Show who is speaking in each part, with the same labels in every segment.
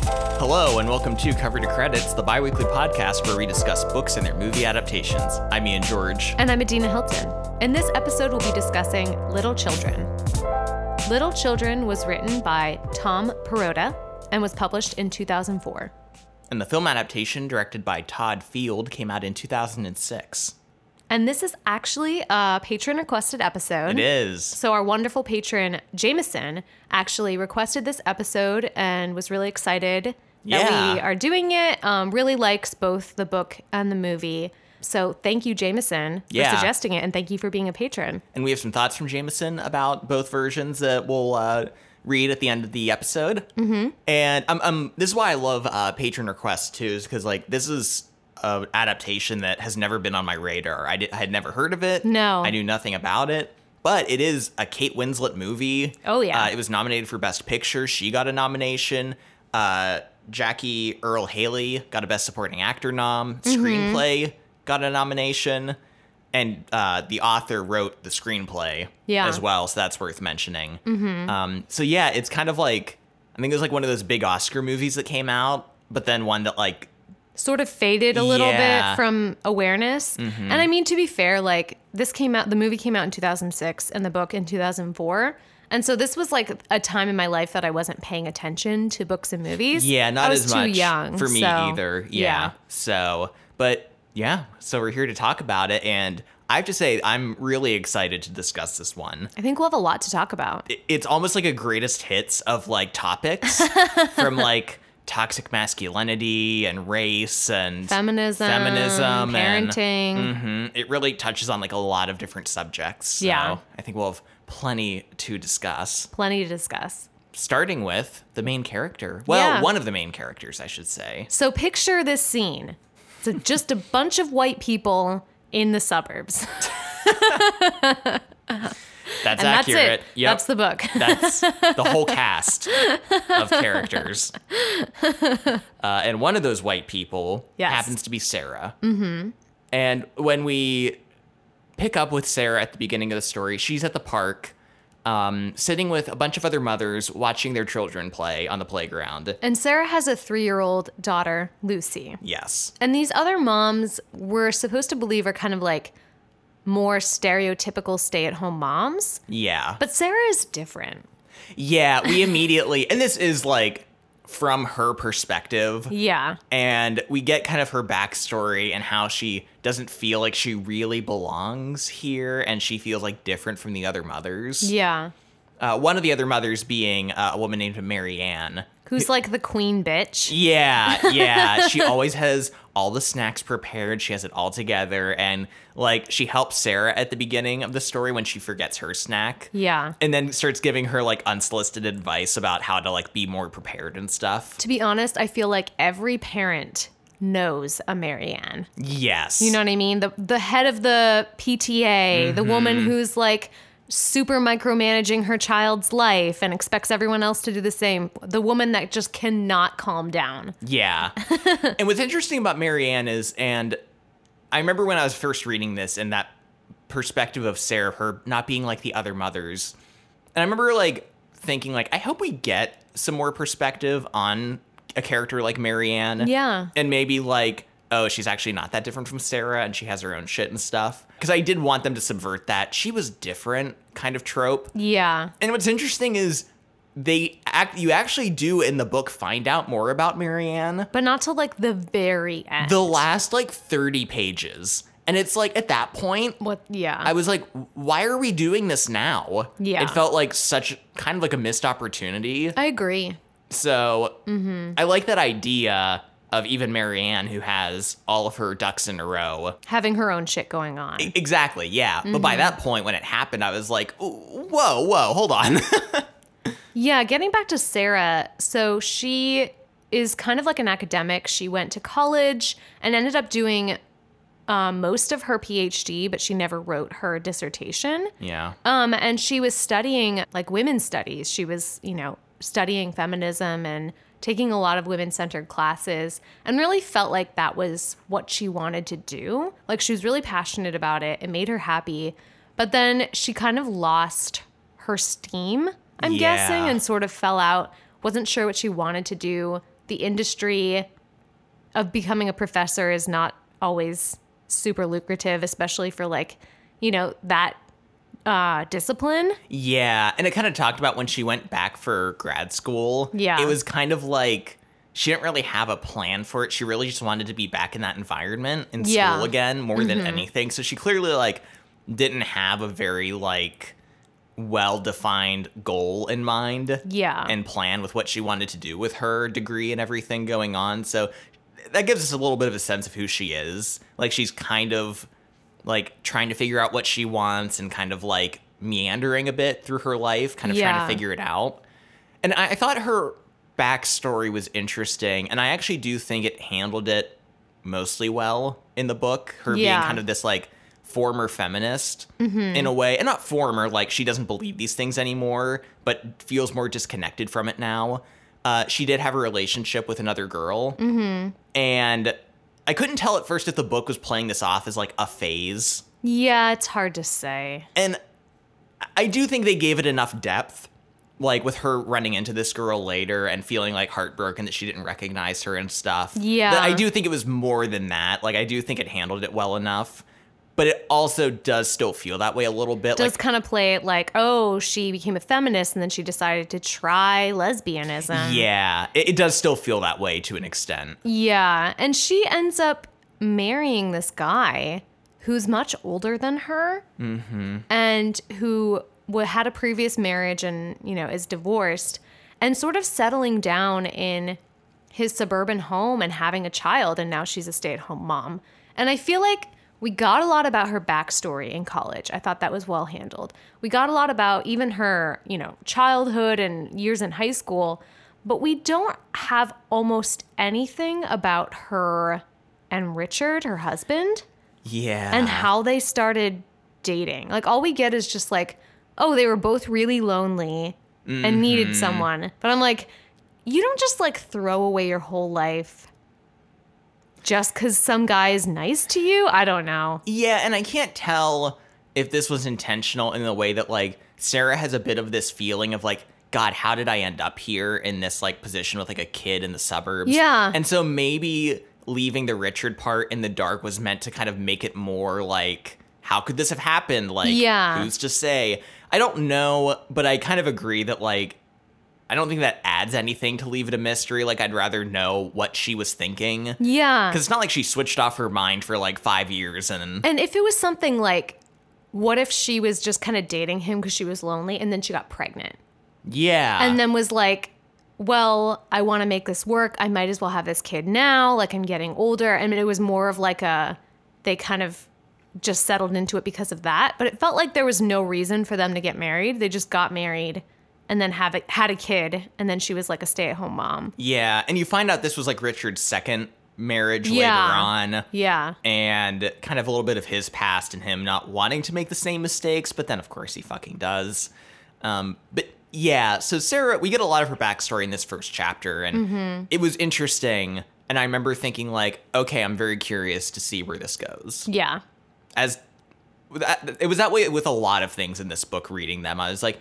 Speaker 1: Hello, and welcome to Cover to Credits, the bi weekly podcast where we discuss books and their movie adaptations. I'm Ian George.
Speaker 2: And I'm Adina Hilton. In this episode, we'll be discussing Little Children. Little Children was written by Tom Perrotta and was published in 2004.
Speaker 1: And the film adaptation, directed by Todd Field, came out in 2006.
Speaker 2: And this is actually a patron requested episode.
Speaker 1: It is.
Speaker 2: So, our wonderful patron, Jameson, actually requested this episode and was really excited that
Speaker 1: Yeah.
Speaker 2: we are doing it. Um, really likes both the book and the movie. So, thank you, Jameson,
Speaker 1: Yeah.
Speaker 2: for suggesting it. And thank you for being a patron.
Speaker 1: And we have some thoughts from Jameson about both versions that we'll uh, read at the end of the episode. Mm-hmm. And um, um, this is why I love uh, patron requests, too, is because, like, this is. An adaptation that has never been on my radar. I, did, I had never heard of it.
Speaker 2: No.
Speaker 1: I knew nothing about it. But it is a Kate Winslet movie.
Speaker 2: Oh, yeah.
Speaker 1: Uh, it was nominated for Best Picture. She got a nomination. Uh, Jackie Earl Haley got a Best Supporting Actor nom. Screenplay got a nomination. And uh, the author wrote the screenplay
Speaker 2: Yeah.
Speaker 1: as well, so that's worth mentioning. Um, so yeah, it's kind of like I think it was like one of those big Oscar movies that came out, but then one that like
Speaker 2: sort of faded a little
Speaker 1: Yeah. Mm-hmm.
Speaker 2: bit from awareness. And I mean, to be fair, like this came out, the movie came out in 2006 and the book in 2004. And so this was like a time in my life that I wasn't paying attention to books and movies.
Speaker 1: yeah, not
Speaker 2: I was
Speaker 1: as
Speaker 2: too
Speaker 1: much
Speaker 2: young
Speaker 1: for me
Speaker 2: so-
Speaker 1: either. Yeah. So, but yeah, so we're here to talk about it, and I have to say I'm really excited to discuss this one.
Speaker 2: I think we'll have a lot to talk about.
Speaker 1: It- It's almost like a greatest hits of like topics from like toxic masculinity and race and
Speaker 2: Feminism,
Speaker 1: feminism and-
Speaker 2: parenting.
Speaker 1: hmm It really touches on like a lot of different subjects. So
Speaker 2: Yeah.
Speaker 1: I think we'll have plenty to discuss.
Speaker 2: Plenty to discuss.
Speaker 1: Starting with the main character. Well,
Speaker 2: Yeah.
Speaker 1: one of the main characters, I should say.
Speaker 2: So picture this scene. So just a bunch of white people in the suburbs.
Speaker 1: That's
Speaker 2: And that's
Speaker 1: accurate.
Speaker 2: it.
Speaker 1: Yep.
Speaker 2: That's the book.
Speaker 1: That's the whole cast of characters. Uh, and one of those white people
Speaker 2: Yes.
Speaker 1: happens to be Sarah. Mm-hmm. And when we pick up with Sarah at the beginning of the story, she's at the park, um, sitting with a bunch of other mothers watching their children play on the playground.
Speaker 2: And Sarah has a three year old daughter, Lucy.
Speaker 1: Yes.
Speaker 2: And these other moms we're supposed to believe are kind of like more stereotypical stay at home moms.
Speaker 1: Yeah.
Speaker 2: But Sarah is different.
Speaker 1: yeah, we immediately, and this is like from her perspective.
Speaker 2: Yeah.
Speaker 1: and we get kind of her backstory and how she doesn't feel like she really belongs here and she feels like different from the other mothers
Speaker 2: Yeah.
Speaker 1: uh, one of the other mothers being uh, a woman named marianne
Speaker 2: Who's like the queen bitch.
Speaker 1: yeah yeah she always has all the snacks prepared she has it all together and like she helps sarah at the beginning of the story when she forgets her snack
Speaker 2: Yeah.
Speaker 1: and then starts giving her like unsolicited advice about how to like be more prepared and stuff
Speaker 2: To be honest, I feel like every parent knows a Marianne.
Speaker 1: yes
Speaker 2: You know what I mean? The the head of the PTA,
Speaker 1: Mm-hmm.
Speaker 2: the woman who's like super micromanaging her child's life and expects everyone else to do the same. The woman that just cannot calm down.
Speaker 1: Yeah. and what's interesting about Marianne is, and I remember when I was first reading this and that perspective of Sarah, her not being like the other mothers. And I remember like thinking, like, I hope we get some more perspective on a character like Marianne.
Speaker 2: Yeah.
Speaker 1: And maybe like, oh, she's actually not that different from Sarah and she has her own shit and stuff. Because I did want them to subvert that. She was different kind of trope.
Speaker 2: Yeah.
Speaker 1: And what's interesting is they act you actually do in the book find out more about Marianne
Speaker 2: but not till like the very end.
Speaker 1: the last like 30 pages. And it's like at that point,
Speaker 2: what? Yeah,
Speaker 1: I was like, why are we doing this now?
Speaker 2: Yeah.
Speaker 1: It felt like such kind of like a missed opportunity.
Speaker 2: I agree.
Speaker 1: So I like that idea of even Marianne, who has all of her ducks in a row. E,
Speaker 2: Having her own shit going on.
Speaker 1: Exactly, yeah. But by that point, when it happened, I was like, whoa, whoa, hold on.
Speaker 2: Yeah, getting back to Sarah. So she is kind of like an academic. She went to college and ended up doing um, most of her PhD, but she never wrote her dissertation.
Speaker 1: yeah.
Speaker 2: Um, and she was studying like women's studies. She was, you know, studying feminism and taking a lot of women centered classes and really felt like that was what she wanted to do. Like she was really passionate about it. It made her happy. But then she kind of lost her steam, I'm
Speaker 1: Yeah.
Speaker 2: guessing, and sort of fell out, wasn't sure what she wanted to do. the industry of becoming a professor is not always super lucrative, especially for like, you know, that uh, discipline.
Speaker 1: Yeah, and it kind of talked about when she went back for grad school.
Speaker 2: Yeah.
Speaker 1: It was kind of like she didn't really have a plan for it. She really just wanted to be back in that environment in
Speaker 2: Yeah. Mm-hmm.
Speaker 1: school again more than anything. So she clearly like didn't have a very like well-defined goal in mind
Speaker 2: Yeah.
Speaker 1: and plan with what she wanted to do with her degree and everything going on. So that gives us a little bit of a sense of who she is. Like she's kind of like trying to figure out what she wants and kind of like meandering a bit through her life, kind of trying
Speaker 2: Yeah.
Speaker 1: to figure it out. And I, I thought her backstory was interesting, and I actually do think it handled it mostly well in the book. Her being
Speaker 2: Yeah.
Speaker 1: kind of this like former feminist in a way, and not former like she doesn't believe these things anymore, but feels more disconnected from it now. Uh, she did have a relationship with another girl, and I couldn't tell at first if the book was playing this off as like a phase.
Speaker 2: yeah, it's hard to say.
Speaker 1: And I do think they gave it enough depth, like with her running into this girl later and feeling like heartbroken that she didn't recognize her and stuff.
Speaker 2: Yeah.
Speaker 1: That I do think it was more than that. Like I do think it handled it well enough, but it also does still feel that way a little bit.
Speaker 2: Does
Speaker 1: like
Speaker 2: kind of play it like, oh, she became a feminist and then she decided to try lesbianism.
Speaker 1: yeah, it, it does still feel that way to an extent.
Speaker 2: Yeah. And she ends up marrying this guy who's much older than her Mm-hmm. and who wa- had a previous marriage and, you know, is divorced and sort of settling down in his suburban home and having a child. And now she's a stay at home mom. And I feel like we got a lot about her backstory in college. I thought that was well handled. We got a lot about even her, you know, childhood and years in high school, but we don't have almost anything about her and Richard, her husband
Speaker 1: Yeah.
Speaker 2: and how they started dating. Like all we get is just like, oh, they were both really lonely and needed someone. But I'm like, you don't just like throw away your whole life just because some guy is nice to you. I don't know.
Speaker 1: Yeah, and I can't tell if this was intentional in the way that like Sarah has a bit of this feeling of like, God, how did I end up here in this like position with like a kid in the suburbs?
Speaker 2: Yeah.
Speaker 1: And so maybe leaving the Richard part in the dark was meant to kind of make it more like, how could this have happened? Like,
Speaker 2: Yeah.
Speaker 1: who's to say? I don't know, but I kind of agree that like I don't think that adds anything to leave it a mystery. Like I'd rather know what she was thinking.
Speaker 2: Yeah.
Speaker 1: Because it's not like she switched off her mind for like five years and
Speaker 2: And if it was something like, what if she was just kind of dating him because she was lonely and then she got pregnant?
Speaker 1: Yeah.
Speaker 2: and then was like, well, I want to make this work. I might as well have this kid now. Like, I'm getting older. And it was more of like a, they kind of just settled into it because of that. But it felt like there was no reason for them to get married. They just got married and then have a, had a kid. And then she was like a stay at home mom.
Speaker 1: yeah, and you find out this was like Richard's second marriage
Speaker 2: Yeah.
Speaker 1: later on.
Speaker 2: Yeah.
Speaker 1: And kind of a little bit of his past and him not wanting to make the same mistakes, but then of course he fucking does. Um, but yeah, so Sarah, we get a lot of her backstory in this first chapter, and
Speaker 2: Mm-hmm.
Speaker 1: it was interesting. And I remember thinking like, okay, I'm very curious to see where this goes.
Speaker 2: Yeah.
Speaker 1: As that, it was that way with a lot of things in this book. Reading them, I was like,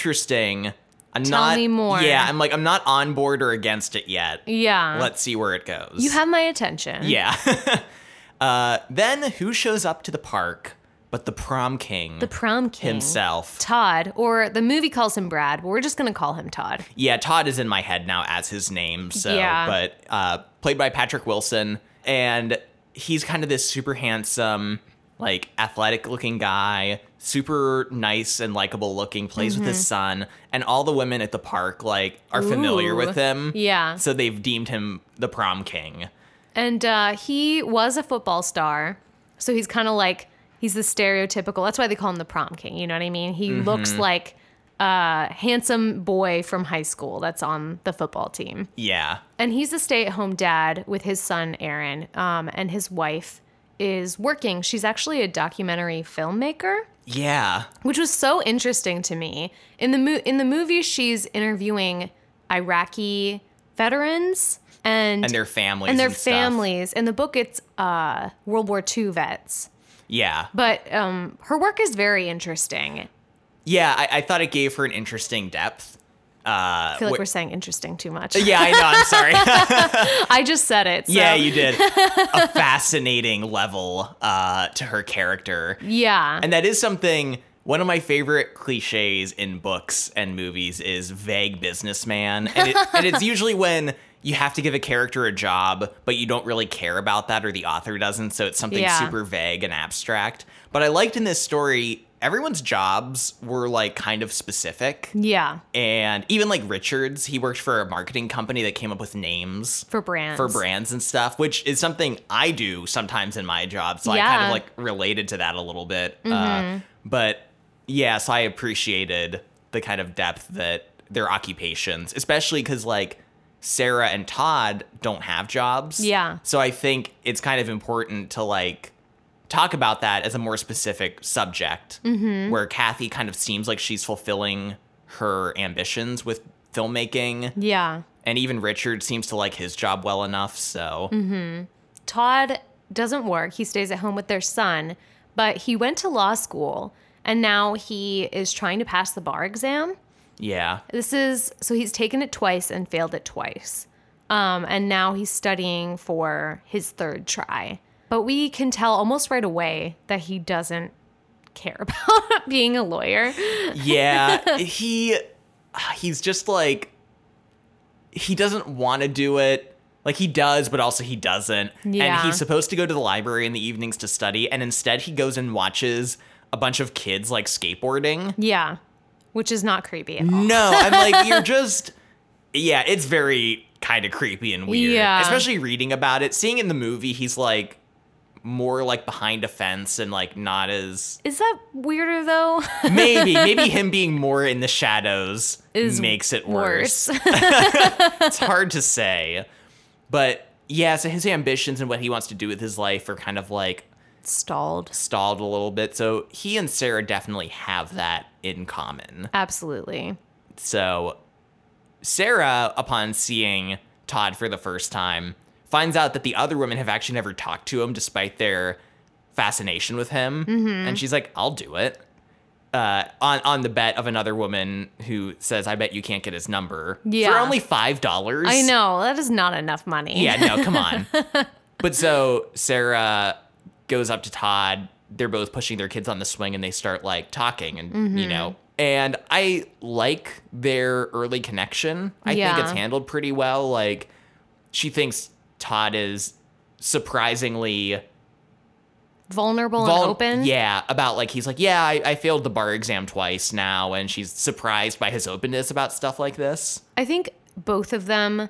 Speaker 1: interesting. I'm
Speaker 2: Tell
Speaker 1: not
Speaker 2: me more.
Speaker 1: Yeah, I'm like, I'm not on board or against it yet.
Speaker 2: Yeah.
Speaker 1: Let's see where it goes.
Speaker 2: you have my attention.
Speaker 1: Yeah. uh, then who shows up to the park but the prom king
Speaker 2: The prom king.
Speaker 1: himself?
Speaker 2: Todd, or the movie calls him Brad, but we're just going to call him Todd.
Speaker 1: Yeah, Todd is in my head now as his name. So,
Speaker 2: Yeah.
Speaker 1: but uh, played by Patrick Wilson, and he's kind of this super handsome, like athletic looking guy, super nice and likable looking. Plays with
Speaker 2: Mm-hmm.
Speaker 1: his son, and all the women at the park like are familiar
Speaker 2: Ooh.
Speaker 1: with him.
Speaker 2: Yeah.
Speaker 1: so they've deemed him the prom king.
Speaker 2: And uh, he was a football star. So he's kind of like, he's the stereotypical. That's why they call him the prom king. You know what I mean? He looks like a handsome boy from high school that's on the football team.
Speaker 1: Yeah,
Speaker 2: And he's a stay at home dad with his son, Aaron. Um, and his wife is working. She's actually a documentary filmmaker
Speaker 1: yeah.
Speaker 2: which was so interesting to me. In the mo- in the movie, she's interviewing Iraqi veterans and
Speaker 1: And their families
Speaker 2: and their
Speaker 1: and stuff.
Speaker 2: families. In the book, it's uh, World War II vets.
Speaker 1: Yeah.
Speaker 2: But um, her work is very interesting.
Speaker 1: Yeah, I, I thought it gave her an interesting depth. Uh,
Speaker 2: I feel like
Speaker 1: wh-
Speaker 2: we're saying interesting too much.
Speaker 1: yeah, I know. I'm sorry.
Speaker 2: I just said it. So.
Speaker 1: Yeah, you did. A fascinating level uh, to her character.
Speaker 2: yeah.
Speaker 1: And that is something, one of my favorite cliches in books and movies is vague businessman. And, it, and it's usually when you have to give a character a job, but you don't really care about that or the author doesn't. So it's something
Speaker 2: Yeah.
Speaker 1: super vague and abstract. But I liked in this story, everyone's jobs were like kind of specific.
Speaker 2: yeah.
Speaker 1: And even like Richards, he worked for a marketing company that came up with names
Speaker 2: For brands.
Speaker 1: for brands and stuff, which is something I do sometimes in my job. So I kind
Speaker 2: Yeah. Mm-hmm.
Speaker 1: of like related to that a little bit. Uh, but yeah, so I appreciated the kind of depth that their occupations, especially because like Sarah and Todd don't have jobs.
Speaker 2: Yeah.
Speaker 1: So I think it's kind of important to like talk about that as a more specific subject
Speaker 2: Mm-hmm.
Speaker 1: where Kathy kind of seems like she's fulfilling her ambitions with filmmaking
Speaker 2: Yeah.
Speaker 1: and even Richard seems to like his job well enough. So
Speaker 2: Mm-hmm. Todd doesn't work. He stays at home with their son, but he went to law school and now he is trying to pass the bar exam.
Speaker 1: yeah,
Speaker 2: This is so he's taken it twice and failed it twice. Um, and now he's studying for his third try. But we can tell almost right away that he doesn't care about being a lawyer.
Speaker 1: yeah, he he's just like he doesn't want to do it. Like he does, but also he doesn't.
Speaker 2: Yeah.
Speaker 1: And he's supposed to go to the library in the evenings to study, and instead he goes and watches a bunch of kids like skateboarding.
Speaker 2: Yeah, which is not creepy at all.
Speaker 1: No, I'm like, you're just. Yeah, it's very kind of creepy and weird.
Speaker 2: Yeah.
Speaker 1: Especially reading about it. Seeing in the movie, he's like more like behind a fence and like not as
Speaker 2: Is that weirder though?
Speaker 1: maybe maybe him being more in the shadows
Speaker 2: Is
Speaker 1: makes it worse. it's hard to say. But yeah, so his ambitions and what he wants to do with his life are kind of like
Speaker 2: Stalled.
Speaker 1: stalled a little bit. So he and Sarah definitely have that in common.
Speaker 2: Absolutely.
Speaker 1: So Sarah, upon seeing Todd for the first time, finds out that the other women have actually never talked to him despite their fascination with him.
Speaker 2: Mm-hmm.
Speaker 1: And she's like, I'll do it. Uh, on on the bet of another woman who says, "I bet you can't get his number for
Speaker 2: Yeah.
Speaker 1: only five dollars."
Speaker 2: I know that is not enough money.
Speaker 1: Yeah, no, come on. but so Sarah goes up to Todd. They're both pushing their kids on the swing and they start like talking and, you
Speaker 2: Mm-hmm.
Speaker 1: know. And I like their early connection. I
Speaker 2: Yeah.
Speaker 1: think it's handled pretty well. Like, she thinks Todd is surprisingly
Speaker 2: Vulnerable
Speaker 1: vul-
Speaker 2: and open.
Speaker 1: Yeah, about like, he's like, yeah, I, I failed the bar exam twice now. And she's surprised by his openness about stuff like this.
Speaker 2: I think both of them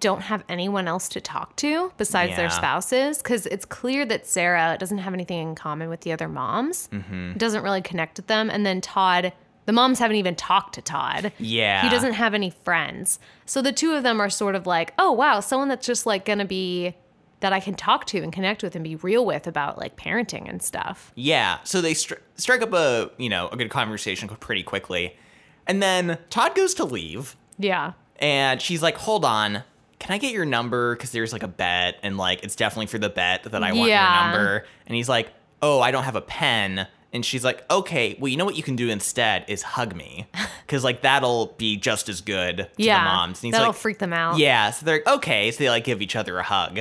Speaker 2: don't have anyone else to talk to besides their
Speaker 1: Yeah.
Speaker 2: spouses because it's clear that Sarah doesn't have anything in common with the other moms,
Speaker 1: Mm-hmm.
Speaker 2: doesn't really connect with them. And then Todd, the moms haven't even talked to Todd.
Speaker 1: Yeah.
Speaker 2: He doesn't have any friends. So the two of them are sort of like, oh, wow, someone that's just like going to be that I can talk to and connect with and be real with about like parenting and stuff.
Speaker 1: Yeah. So they stri- strike up a you know a good conversation pretty quickly, and then Todd goes to leave,
Speaker 2: Yeah.
Speaker 1: and she's like, "Hold on, can I get your number? Because there's like a bet, and like it's definitely for the bet that I want
Speaker 2: Yeah.
Speaker 1: your number." And he's like, "Oh, I don't have a pen." And she's like, "Okay, well, you know what you can do instead is hug me, because like that'll be just as good to
Speaker 2: yeah.
Speaker 1: the moms." And he's
Speaker 2: That'll
Speaker 1: like,
Speaker 2: freak them out.
Speaker 1: yeah, so they're like, okay, so they like give each other a hug.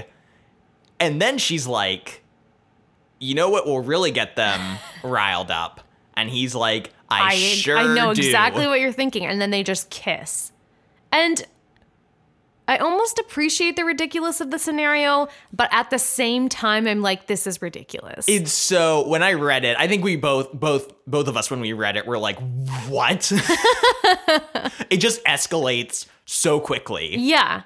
Speaker 1: And then she's like, you know what will really get them riled up? And he's like, I, sure
Speaker 2: I know
Speaker 1: do.
Speaker 2: exactly what you're thinking. And then they just kiss. And I almost appreciate the ridiculous of the scenario, but at the same time, I'm like, this is ridiculous.
Speaker 1: It's so when I read it, I think we both both both of us when we read it were like, what? it just escalates so quickly.
Speaker 2: yeah.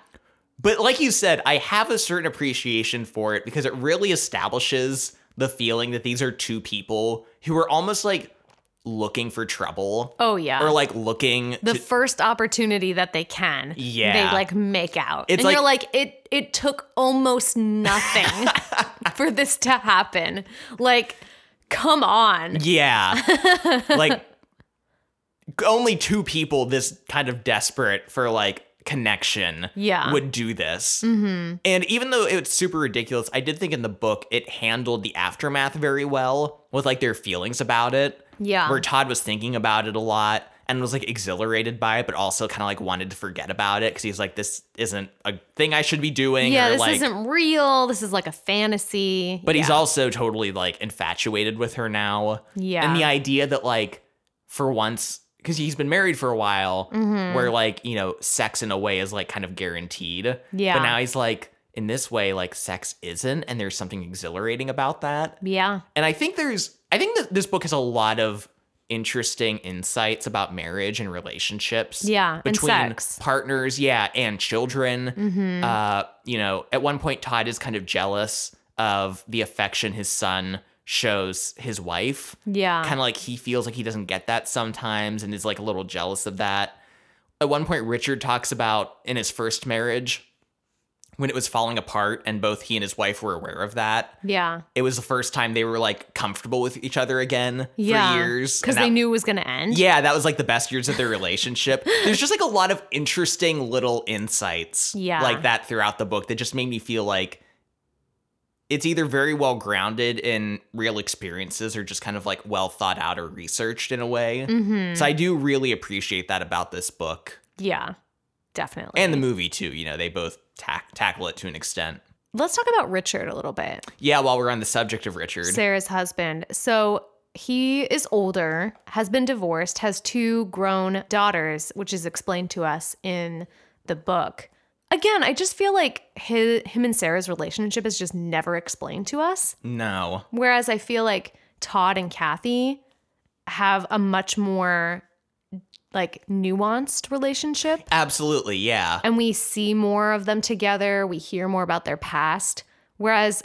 Speaker 1: But like you said, I have a certain appreciation for it because it really establishes the feeling that these are two people who are almost like looking for trouble
Speaker 2: Oh, yeah.
Speaker 1: or like looking
Speaker 2: the
Speaker 1: to-
Speaker 2: first opportunity that they can,
Speaker 1: Yeah.
Speaker 2: they like make out.
Speaker 1: It's
Speaker 2: and you're like, it it took almost nothing for this to happen. Like, come on.
Speaker 1: yeah, like only two people this kind of desperate for like connection
Speaker 2: Yeah. Mm-hmm.
Speaker 1: would do this. And even though it's super ridiculous, I did think in the book it handled the aftermath very well with like their feelings about it.
Speaker 2: Yeah.
Speaker 1: Where Todd was thinking about it a lot and was like exhilarated by it, but also kind of like wanted to forget about it because he's like, this isn't a thing I should be doing.
Speaker 2: Yeah,
Speaker 1: or,
Speaker 2: this
Speaker 1: like,
Speaker 2: isn't real. This is like a fantasy.
Speaker 1: But he's
Speaker 2: Yeah.
Speaker 1: also totally like infatuated with her now.
Speaker 2: Yeah.
Speaker 1: And the idea that like for once, because he's been married for a while,
Speaker 2: Mm-hmm.
Speaker 1: where like, you know, sex in a way is like kind of guaranteed.
Speaker 2: Yeah.
Speaker 1: But now he's like, in this way, like sex isn't, and there's something exhilarating about that.
Speaker 2: Yeah.
Speaker 1: And I think there's, I think that this book has a lot of interesting insights about marriage and relationships.
Speaker 2: Yeah, and
Speaker 1: Between
Speaker 2: sex. Mm-hmm.
Speaker 1: partners, yeah, and children. Uh, you know, at one point, Todd is kind of jealous of the affection his son shows his wife.
Speaker 2: Yeah.
Speaker 1: Kind of like he feels like he doesn't get that sometimes and is like a little jealous of that. At one point, Richard talks about in his first marriage when it was falling apart, and both he and his wife were aware of that
Speaker 2: yeah.
Speaker 1: it was the first time they were like comfortable with each other again
Speaker 2: Yeah.
Speaker 1: for years.
Speaker 2: Because
Speaker 1: And
Speaker 2: they
Speaker 1: that-
Speaker 2: knew it was going to end.
Speaker 1: Yeah, that was like the best years of their relationship. There's just like a lot of interesting little insights
Speaker 2: Yeah.
Speaker 1: like that throughout the book that just made me feel like it's either very well grounded in real experiences or just kind of like well thought out or researched in a way.
Speaker 2: hmm
Speaker 1: So I do really appreciate that about this book
Speaker 2: yeah. Definitely.
Speaker 1: and the movie too. You know, they both tack- tackle it to an extent.
Speaker 2: Let's talk about Richard a little bit.
Speaker 1: Yeah, while we're on the subject of Richard.
Speaker 2: Sarah's husband. So he is older, has been divorced, has two grown daughters, which is explained to us in the book. Again, I just feel like his, him and Sarah's relationship is just never explained to us.
Speaker 1: no.
Speaker 2: Whereas I feel like Todd and Kathy have a much more like nuanced relationship
Speaker 1: Absolutely, yeah.
Speaker 2: and we see more of them together, we hear more about their past. Whereas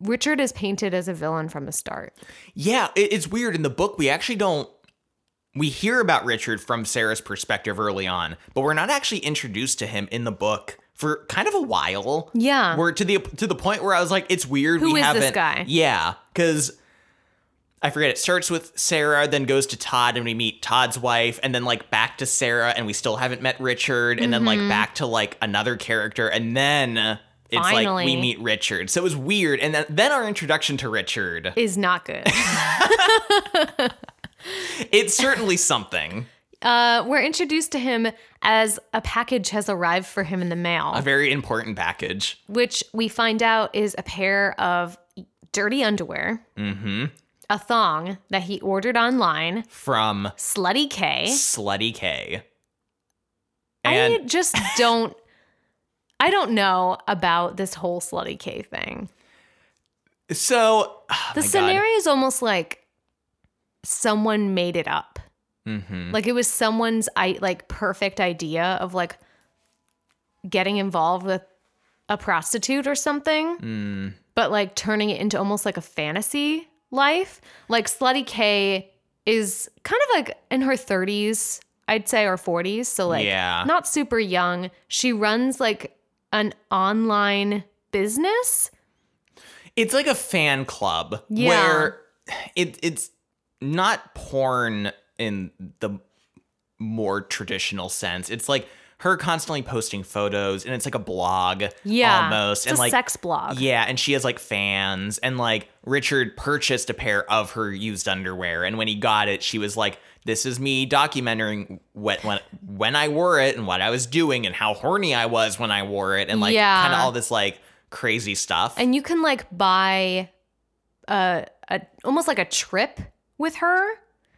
Speaker 2: Richard is painted as a villain from the start.
Speaker 1: Yeah, it, it's weird. In the book, we actually don't. We hear about Richard from Sarah's perspective early on, but we're not actually introduced to him in the book for kind of a while.
Speaker 2: Yeah.
Speaker 1: We're to the to the point where I was like, it's weird.
Speaker 2: Who
Speaker 1: we
Speaker 2: is this
Speaker 1: haven't,
Speaker 2: guy?
Speaker 1: Yeah, because I forget. It starts with Sarah, then goes to Todd, and we meet Todd's wife, and then like back to Sarah, and we still haven't met Richard, and then
Speaker 2: Mm-hmm.
Speaker 1: like back to like another character, and then it's like
Speaker 2: Finally.
Speaker 1: we meet Richard. So it was weird, and then, then our introduction to Richard.
Speaker 2: is not good.
Speaker 1: It's certainly something.
Speaker 2: uh, we're introduced to him as a package has arrived for him in the mail,
Speaker 1: A very important package.
Speaker 2: which we find out is a pair of dirty underwear,
Speaker 1: Mm-hmm.
Speaker 2: a thong that he ordered online,
Speaker 1: From
Speaker 2: Slutty K.
Speaker 1: Slutty K.
Speaker 2: Eh? I
Speaker 1: And
Speaker 2: just don't. I don't know about this whole Slutty K thing.
Speaker 1: so oh
Speaker 2: The
Speaker 1: my God.
Speaker 2: scenario is almost like someone made it up.
Speaker 1: Mhm.
Speaker 2: Like it was someone's I like perfect idea of like getting involved with a prostitute or something,
Speaker 1: Mm.
Speaker 2: but like turning it into almost like a fantasy life. Like Slutty K is kind of like in her 30s, I'd say, or 40s. So like
Speaker 1: Yeah.
Speaker 2: not super young. She runs like an online business.
Speaker 1: It's like a fan club
Speaker 2: Yeah.
Speaker 1: where it it's not porn in the more traditional sense. It's like her constantly posting photos and it's like a blog
Speaker 2: Yeah.
Speaker 1: almost.
Speaker 2: It's
Speaker 1: and
Speaker 2: a
Speaker 1: like
Speaker 2: sex blog.
Speaker 1: Yeah, and she has like fans, and like Richard purchased a pair of her used underwear, and when he got it, she was like, "This is me documenting what when when I wore it and what I was doing and how horny I was when I wore it, and like
Speaker 2: Yeah.
Speaker 1: kind of all this like crazy stuff."
Speaker 2: and you can like buy a, a almost like a trip with her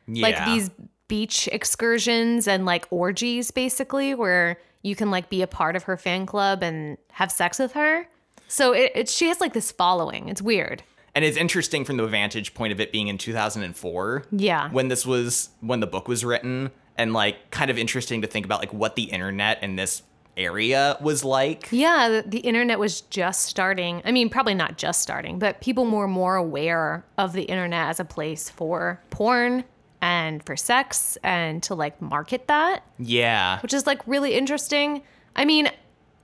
Speaker 1: yeah.
Speaker 2: like these beach excursions and like orgies basically where you can like be a part of her fan club and have sex with her so it, it she has like this following it's weird
Speaker 1: and it's interesting from the vantage point of it being in 2004.
Speaker 2: yeah
Speaker 1: when this was when the book was written and like kind of interesting to think about like what the internet in this area was like
Speaker 2: yeah the, the internet was just starting i mean probably not just starting but people were more aware of the internet as a place for porn and for sex and to like market that
Speaker 1: yeah
Speaker 2: which is like really interesting. I mean,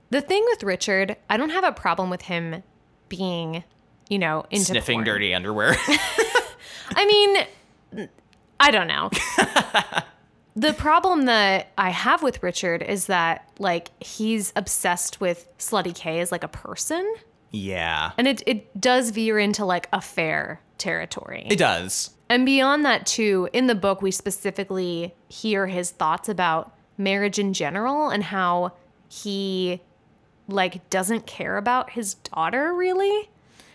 Speaker 2: the thing with Richard, I don't have a problem with him being, you know, into
Speaker 1: sniffing
Speaker 2: porn.
Speaker 1: dirty underwear
Speaker 2: I mean, I don't know. the problem that I have with Richard is that like he's obsessed with Slutty K as like a person.
Speaker 1: Yeah.
Speaker 2: And it, it does veer into like affair territory.
Speaker 1: It does.
Speaker 2: And beyond that, too, in the book, we specifically hear his thoughts about marriage in general and how he like doesn't care about his daughter really.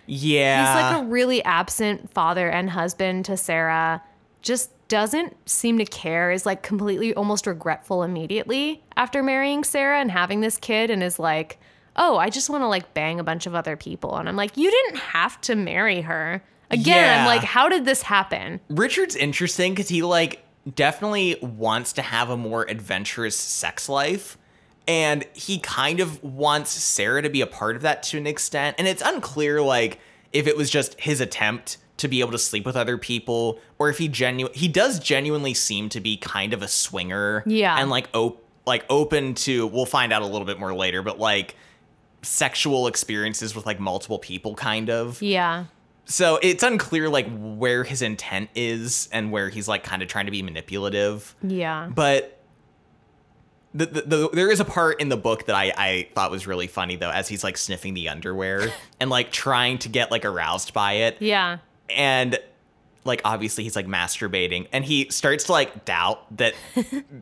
Speaker 2: He's
Speaker 1: Yeah.
Speaker 2: like a really absent father and husband to Sarah. Just doesn't seem to care, is like completely almost regretful immediately after marrying Sarah and having this kid, and is like, oh, I just want to like bang a bunch of other people. And I'm like, you didn't have to marry her. Again, I'm
Speaker 1: Yeah.
Speaker 2: like, how did this happen?
Speaker 1: Richard's interesting because he like definitely wants to have a more adventurous sex life. And he kind of wants Sarah to be a part of that to an extent. And it's unclear like if it was just his attempt to be able to sleep with other people or if he genu he does genuinely seem to be kind of a swinger.
Speaker 2: Yeah.
Speaker 1: And like op- like open to we'll find out a little bit more later, but like sexual experiences with like multiple people kind of
Speaker 2: Yeah.
Speaker 1: so it's unclear like where his intent is and where he's like kind of trying to be manipulative
Speaker 2: Yeah.
Speaker 1: but the, the, the, there is a part in the book that I, I thought was really funny though as he's like sniffing the underwear and like trying to get like aroused by it
Speaker 2: Yeah.
Speaker 1: and like obviously he's like masturbating and he starts to like doubt that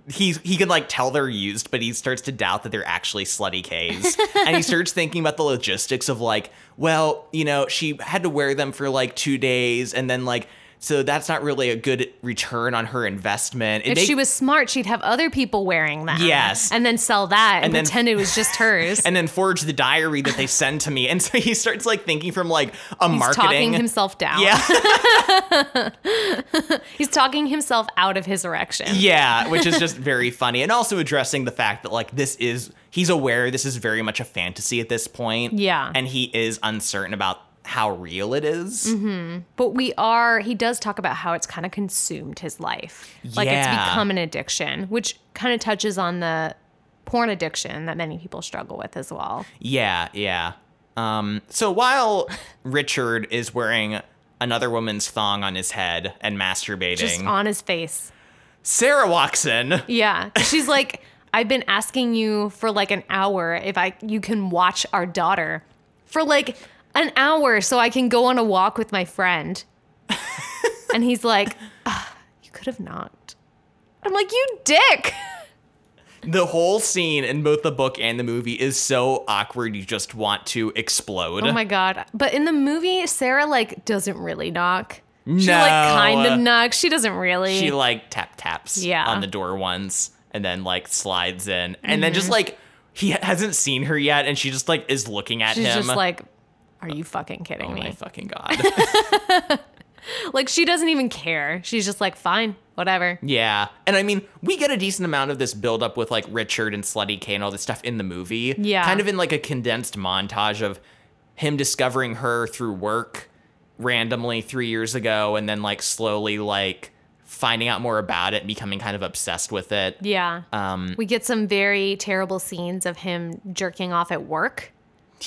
Speaker 1: he's he can like tell they're used but he starts to doubt that they're actually slutty k's and he starts thinking about the logistics of like well you know she had to wear them for like two days and then like so that's not really a good return on her investment It
Speaker 2: If
Speaker 1: make-
Speaker 2: she was smart, she'd have other people wearing that.
Speaker 1: Yes.
Speaker 2: And then sell that and,
Speaker 1: And then-
Speaker 2: pretend it was just hers.
Speaker 1: and then forge the diary that they send to me and so he starts like thinking from like a
Speaker 2: He's talking
Speaker 1: marketing
Speaker 2: himself down.
Speaker 1: yeah
Speaker 2: He's talking himself out of his erection.
Speaker 1: Yeah, which is just very funny. And also addressing the fact that, like, this is, he's aware this is very much a fantasy at this point.
Speaker 2: Yeah.
Speaker 1: And he is uncertain about how real it is.
Speaker 2: Mm-hmm. But we are, he does talk about how it's kind of consumed his life. Like it's
Speaker 1: Yeah.
Speaker 2: become an addiction, which kind of touches on the porn addiction that many people struggle with as well.
Speaker 1: Yeah, yeah. Um, so while Richard is wearing another woman's thong on his head and masturbating,
Speaker 2: Just on his face.
Speaker 1: Sarah walks in.
Speaker 2: Yeah. She's like, I've been asking you for like an hour if I you can watch our daughter for like an hour so I can go on a walk with my friend. and he's like, "Ah, you could have not. I'm like, you dick.
Speaker 1: The whole scene in both the book and the movie is so awkward, you just want to explode.
Speaker 2: Oh my god. But in the movie, Sarah like doesn't really knock. She
Speaker 1: No.
Speaker 2: like kind of knocks. She doesn't really.
Speaker 1: she like tap taps
Speaker 2: Yeah.
Speaker 1: on the door once and then like slides in and then
Speaker 2: Mm-hmm.
Speaker 1: just like he hasn't seen her yet and she just like is looking at
Speaker 2: She's
Speaker 1: him
Speaker 2: just like, are you fucking kidding
Speaker 1: oh
Speaker 2: me?
Speaker 1: my fucking god
Speaker 2: Like she doesn't even care. She's just like, fine, whatever.
Speaker 1: yeah and i mean we get a decent amount of this build up with like richard and slutty k and all this stuff in the movie
Speaker 2: Yeah.
Speaker 1: kind of in like a condensed montage of him discovering her through work randomly three years ago and then like slowly like finding out more about it and becoming kind of obsessed with it
Speaker 2: Yeah.
Speaker 1: um
Speaker 2: We get some very terrible scenes of him jerking off at work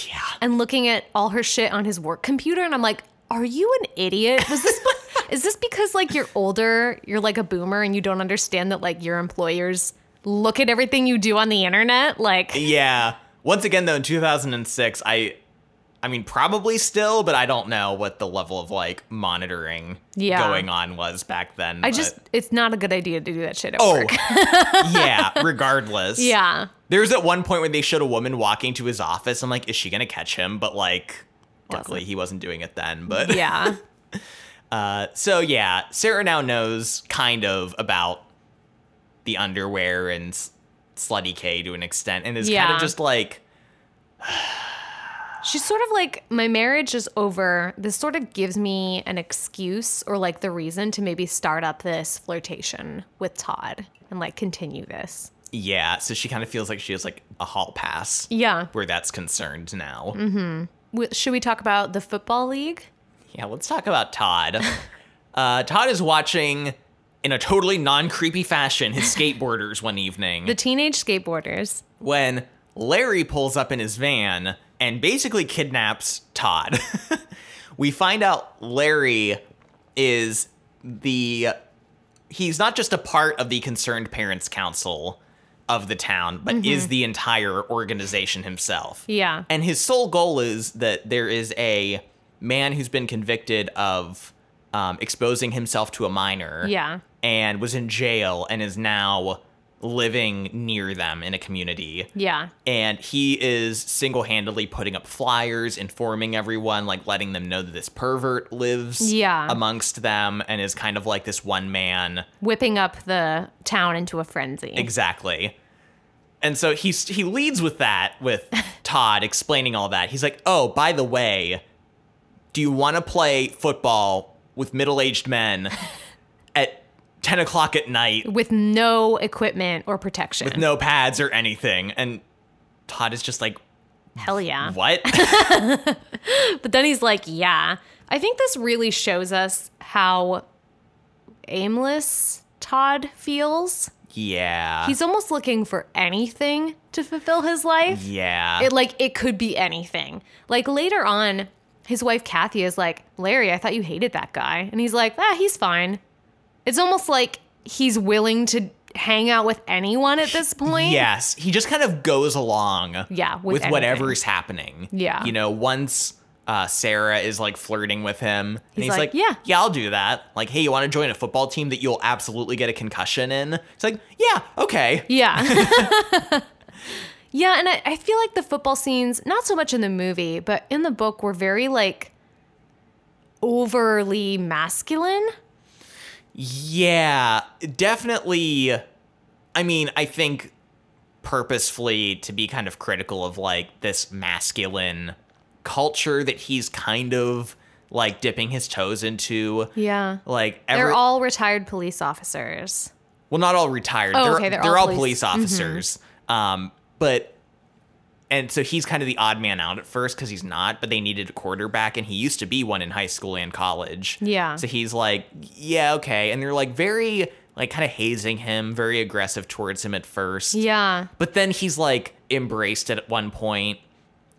Speaker 1: yeah
Speaker 2: and looking at all her shit on his work computer, and I'm like, "Are you an idiot? Was this is this because like you're older, you're like a boomer, and you don't understand that like your employers look at everything you do on the internet? Like,
Speaker 1: Yeah. Once again, though, in 2006, I, I mean, probably still, but I don't know what the level of like monitoring
Speaker 2: Yeah.
Speaker 1: going on was back then.
Speaker 2: I
Speaker 1: but-
Speaker 2: just it's not a good idea to do that shit at
Speaker 1: oh,
Speaker 2: work.
Speaker 1: yeah. Regardless,
Speaker 2: Yeah,
Speaker 1: There's at one point where they showed a woman walking to his office. I'm like, is she gonna catch him? But like, luckily he wasn't doing it then. But
Speaker 2: yeah,
Speaker 1: uh, so yeah, Sarah now knows kind of about the underwear and s- slutty K to an extent, and is kind
Speaker 2: Yeah.
Speaker 1: of just like,
Speaker 2: she's sort of like my marriage is over. This sort of gives me an excuse or like the reason to maybe start up this flirtation with Todd and like continue this.
Speaker 1: Yeah, so she kind of feels like she has like a hall pass
Speaker 2: Yeah. Mm-hmm.
Speaker 1: where that's concerned now.
Speaker 2: W- Should we talk about the football league?
Speaker 1: Yeah, let's talk about Todd. uh, Todd is watching in a totally non creepy fashion his skateboarders one evening
Speaker 2: The teenage skateboarders.
Speaker 1: when Larry pulls up in his van and basically kidnaps Todd. we find out Larry is the he's not just a part of the concerned parents council of the town, but
Speaker 2: Mm-hmm.
Speaker 1: is the entire organization himself.
Speaker 2: Yeah.
Speaker 1: And his sole goal is that there is a man who's been convicted of um, exposing himself to a minor.
Speaker 2: Yeah.
Speaker 1: And was in jail and is now living near them in a community.
Speaker 2: Yeah.
Speaker 1: And he is single handedly putting up flyers, informing everyone, like letting them know that this pervert lives
Speaker 2: Yeah.
Speaker 1: amongst them and is kind of like this one man.
Speaker 2: Whipping up the town into a frenzy.
Speaker 1: Exactly. And so he he leads with that with Todd explaining all that. He's like, "Oh, by the way, do you want to play football with middle-aged men at ten o'clock at night
Speaker 2: with no equipment or protection.
Speaker 1: with no pads or anything?" And Todd is just like,
Speaker 2: Hell yeah.
Speaker 1: "What?"
Speaker 2: But then he's like, yeah. I think this really shows us how aimless Todd feels.
Speaker 1: yeah,
Speaker 2: He's almost looking for anything to fulfill his life.
Speaker 1: yeah,
Speaker 2: It like it could be anything. Like later on, his wife Kathy is like, "Larry, I thought you hated that guy." And he's like, "Ah, he's fine." It's almost like he's willing to hang out with anyone at this point.
Speaker 1: yes. He just kind of goes along,
Speaker 2: Yeah, with
Speaker 1: with, whatever
Speaker 2: anything.
Speaker 1: is happening.
Speaker 2: Yeah.
Speaker 1: you know, once uh, Sarah is like flirting with him, and
Speaker 2: He's
Speaker 1: he's, like,
Speaker 2: like, "Yeah."
Speaker 1: yeah, I'll do that." Like, hey, you want to join a football team that you'll absolutely get a concussion in? It's like, yeah, okay,
Speaker 2: Yeah. yeah, and I, I feel like the football scenes, not so much in the movie, but in the book were very like overly masculine.
Speaker 1: yeah, definitely. I mean, I think purposefully to be kind of critical of like this masculine culture that he's kind of like dipping his toes into.
Speaker 2: Yeah.
Speaker 1: Like
Speaker 2: They're
Speaker 1: every-
Speaker 2: all retired police officers.
Speaker 1: Well, not all retired.
Speaker 2: Oh,
Speaker 1: they're,
Speaker 2: okay, they're
Speaker 1: they're,
Speaker 2: all
Speaker 1: all,
Speaker 2: police.
Speaker 1: police, officers. Um, but and so he's kind of the odd man out at first because he's not. But they needed a quarterback, and he used to be one in high school and college.
Speaker 2: Yeah.
Speaker 1: So he's like, yeah, okay, and they're like very like kind of hazing him, very aggressive towards him at first.
Speaker 2: Yeah.
Speaker 1: But then he's like embraced it at one point.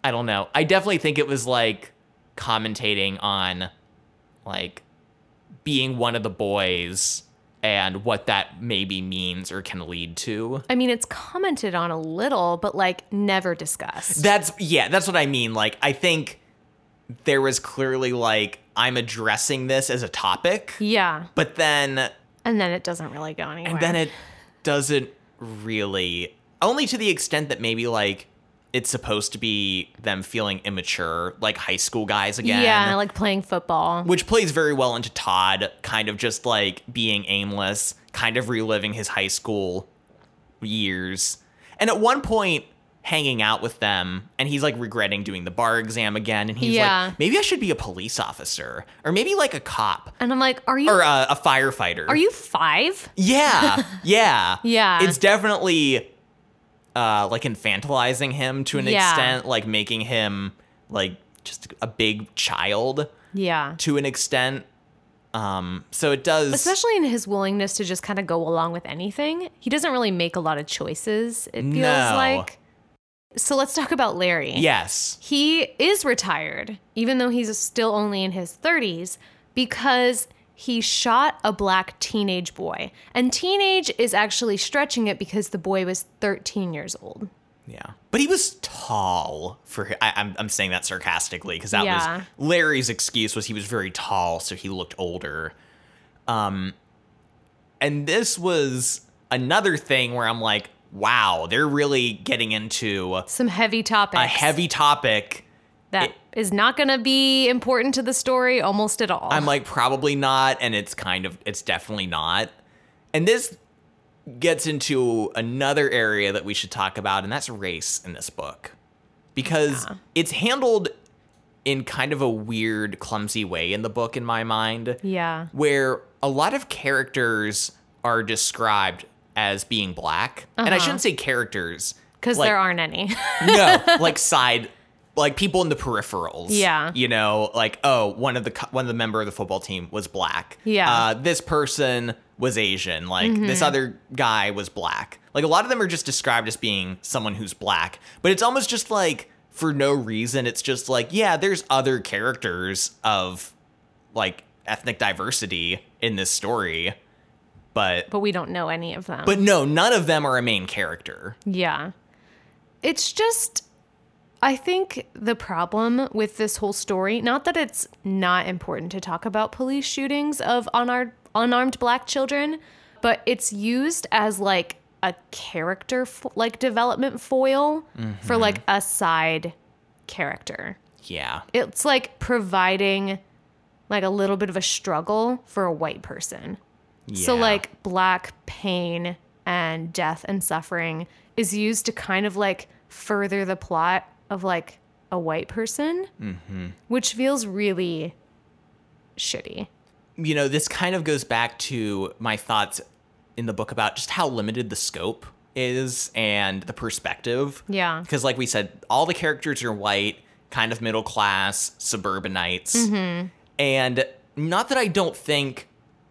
Speaker 1: I don't know. I definitely think it was like commentating on like being one of the boys and what that maybe means or can lead to.
Speaker 2: I mean, it's commented on a little, but like never discussed.
Speaker 1: That's yeah, that's what I mean. Like I think there was clearly like I'm addressing this as a topic,
Speaker 2: yeah.
Speaker 1: but then
Speaker 2: And then it doesn't really go anywhere.
Speaker 1: And then it doesn't really, only to the extent that maybe like it's supposed to be them feeling immature, like high school guys again.
Speaker 2: Yeah, like playing football.
Speaker 1: which plays very well into Todd, kind of just like being aimless, kind of reliving his high school years. And at one point, hanging out with them, and he's like regretting doing the bar exam again. And he's
Speaker 2: Yeah.
Speaker 1: like, maybe I should be a police officer, or maybe like a cop,
Speaker 2: and I'm like, are you
Speaker 1: or uh, a, a firefighter.
Speaker 2: are you 5?
Speaker 1: Yeah, yeah,
Speaker 2: Yeah.
Speaker 1: It's definitely uh, like infantilizing him to an
Speaker 2: Yeah.
Speaker 1: extent, like making him like just a big child
Speaker 2: Yeah.
Speaker 1: to an extent. Um, so it does.
Speaker 2: especially in his willingness to just kind of go along with anything. He doesn't really make a lot of choices, it feels
Speaker 1: No.
Speaker 2: like. So let's talk about Larry.
Speaker 1: yes,
Speaker 2: He is retired, even though he's still only in his 30s, because he shot a black teenage boy. And teenage is actually stretching it because the boy was 13 years old.
Speaker 1: yeah. But he was tall for. I, I'm I'm saying that sarcastically because that
Speaker 2: Yeah.
Speaker 1: was Larry's excuse was he was very tall, so he looked older. Um, and this was another thing where I'm like, wow, they're really getting into
Speaker 2: Some heavy topics
Speaker 1: a heavy topic.
Speaker 2: that is not going to be important to the story almost at all.
Speaker 1: I'm like, probably not. And it's kind of, it's definitely not. And this gets into another area that we should talk about, and that's race in this book. Because it's handled in kind of a weird, clumsy way in the book, in my mind,
Speaker 2: yeah.
Speaker 1: where a lot of characters are described as being black. And I
Speaker 2: Uh-huh.
Speaker 1: shouldn't say characters.
Speaker 2: Because
Speaker 1: like,
Speaker 2: there aren't any.
Speaker 1: no, like side, like people in the peripherals.
Speaker 2: Yeah.
Speaker 1: you know, like oh, one of the co- one of the member of the football team was black.
Speaker 2: Yeah. Mm-hmm.
Speaker 1: uh, this person was Asian. Like this other guy was black. Like a lot of them are just described as being someone who's black, but it's almost just like for no reason. It's just like yeah, there's other characters of like ethnic diversity in this story. but
Speaker 2: but we don't know any of them.
Speaker 1: but no, none of them are a main character.
Speaker 2: Yeah. It's just, I think the problem with this whole story, not that it's not important to talk about police shootings of unarmed, unarmed black children, but it's used as like a character, fo- like development foil for like a side character.
Speaker 1: Yeah.
Speaker 2: It's like providing like a little bit of a struggle for a white person. So
Speaker 1: Yeah.
Speaker 2: like black pain and death and suffering is used to kind of like further the plot of like a white person,
Speaker 1: Mm-hmm.
Speaker 2: which feels really shitty.
Speaker 1: you know, this kind of goes back to my thoughts in the book about just how limited the scope is and the perspective.
Speaker 2: Yeah.
Speaker 1: Because, like we said, all the characters are white, kind of middle class, suburbanites. And not that I don't think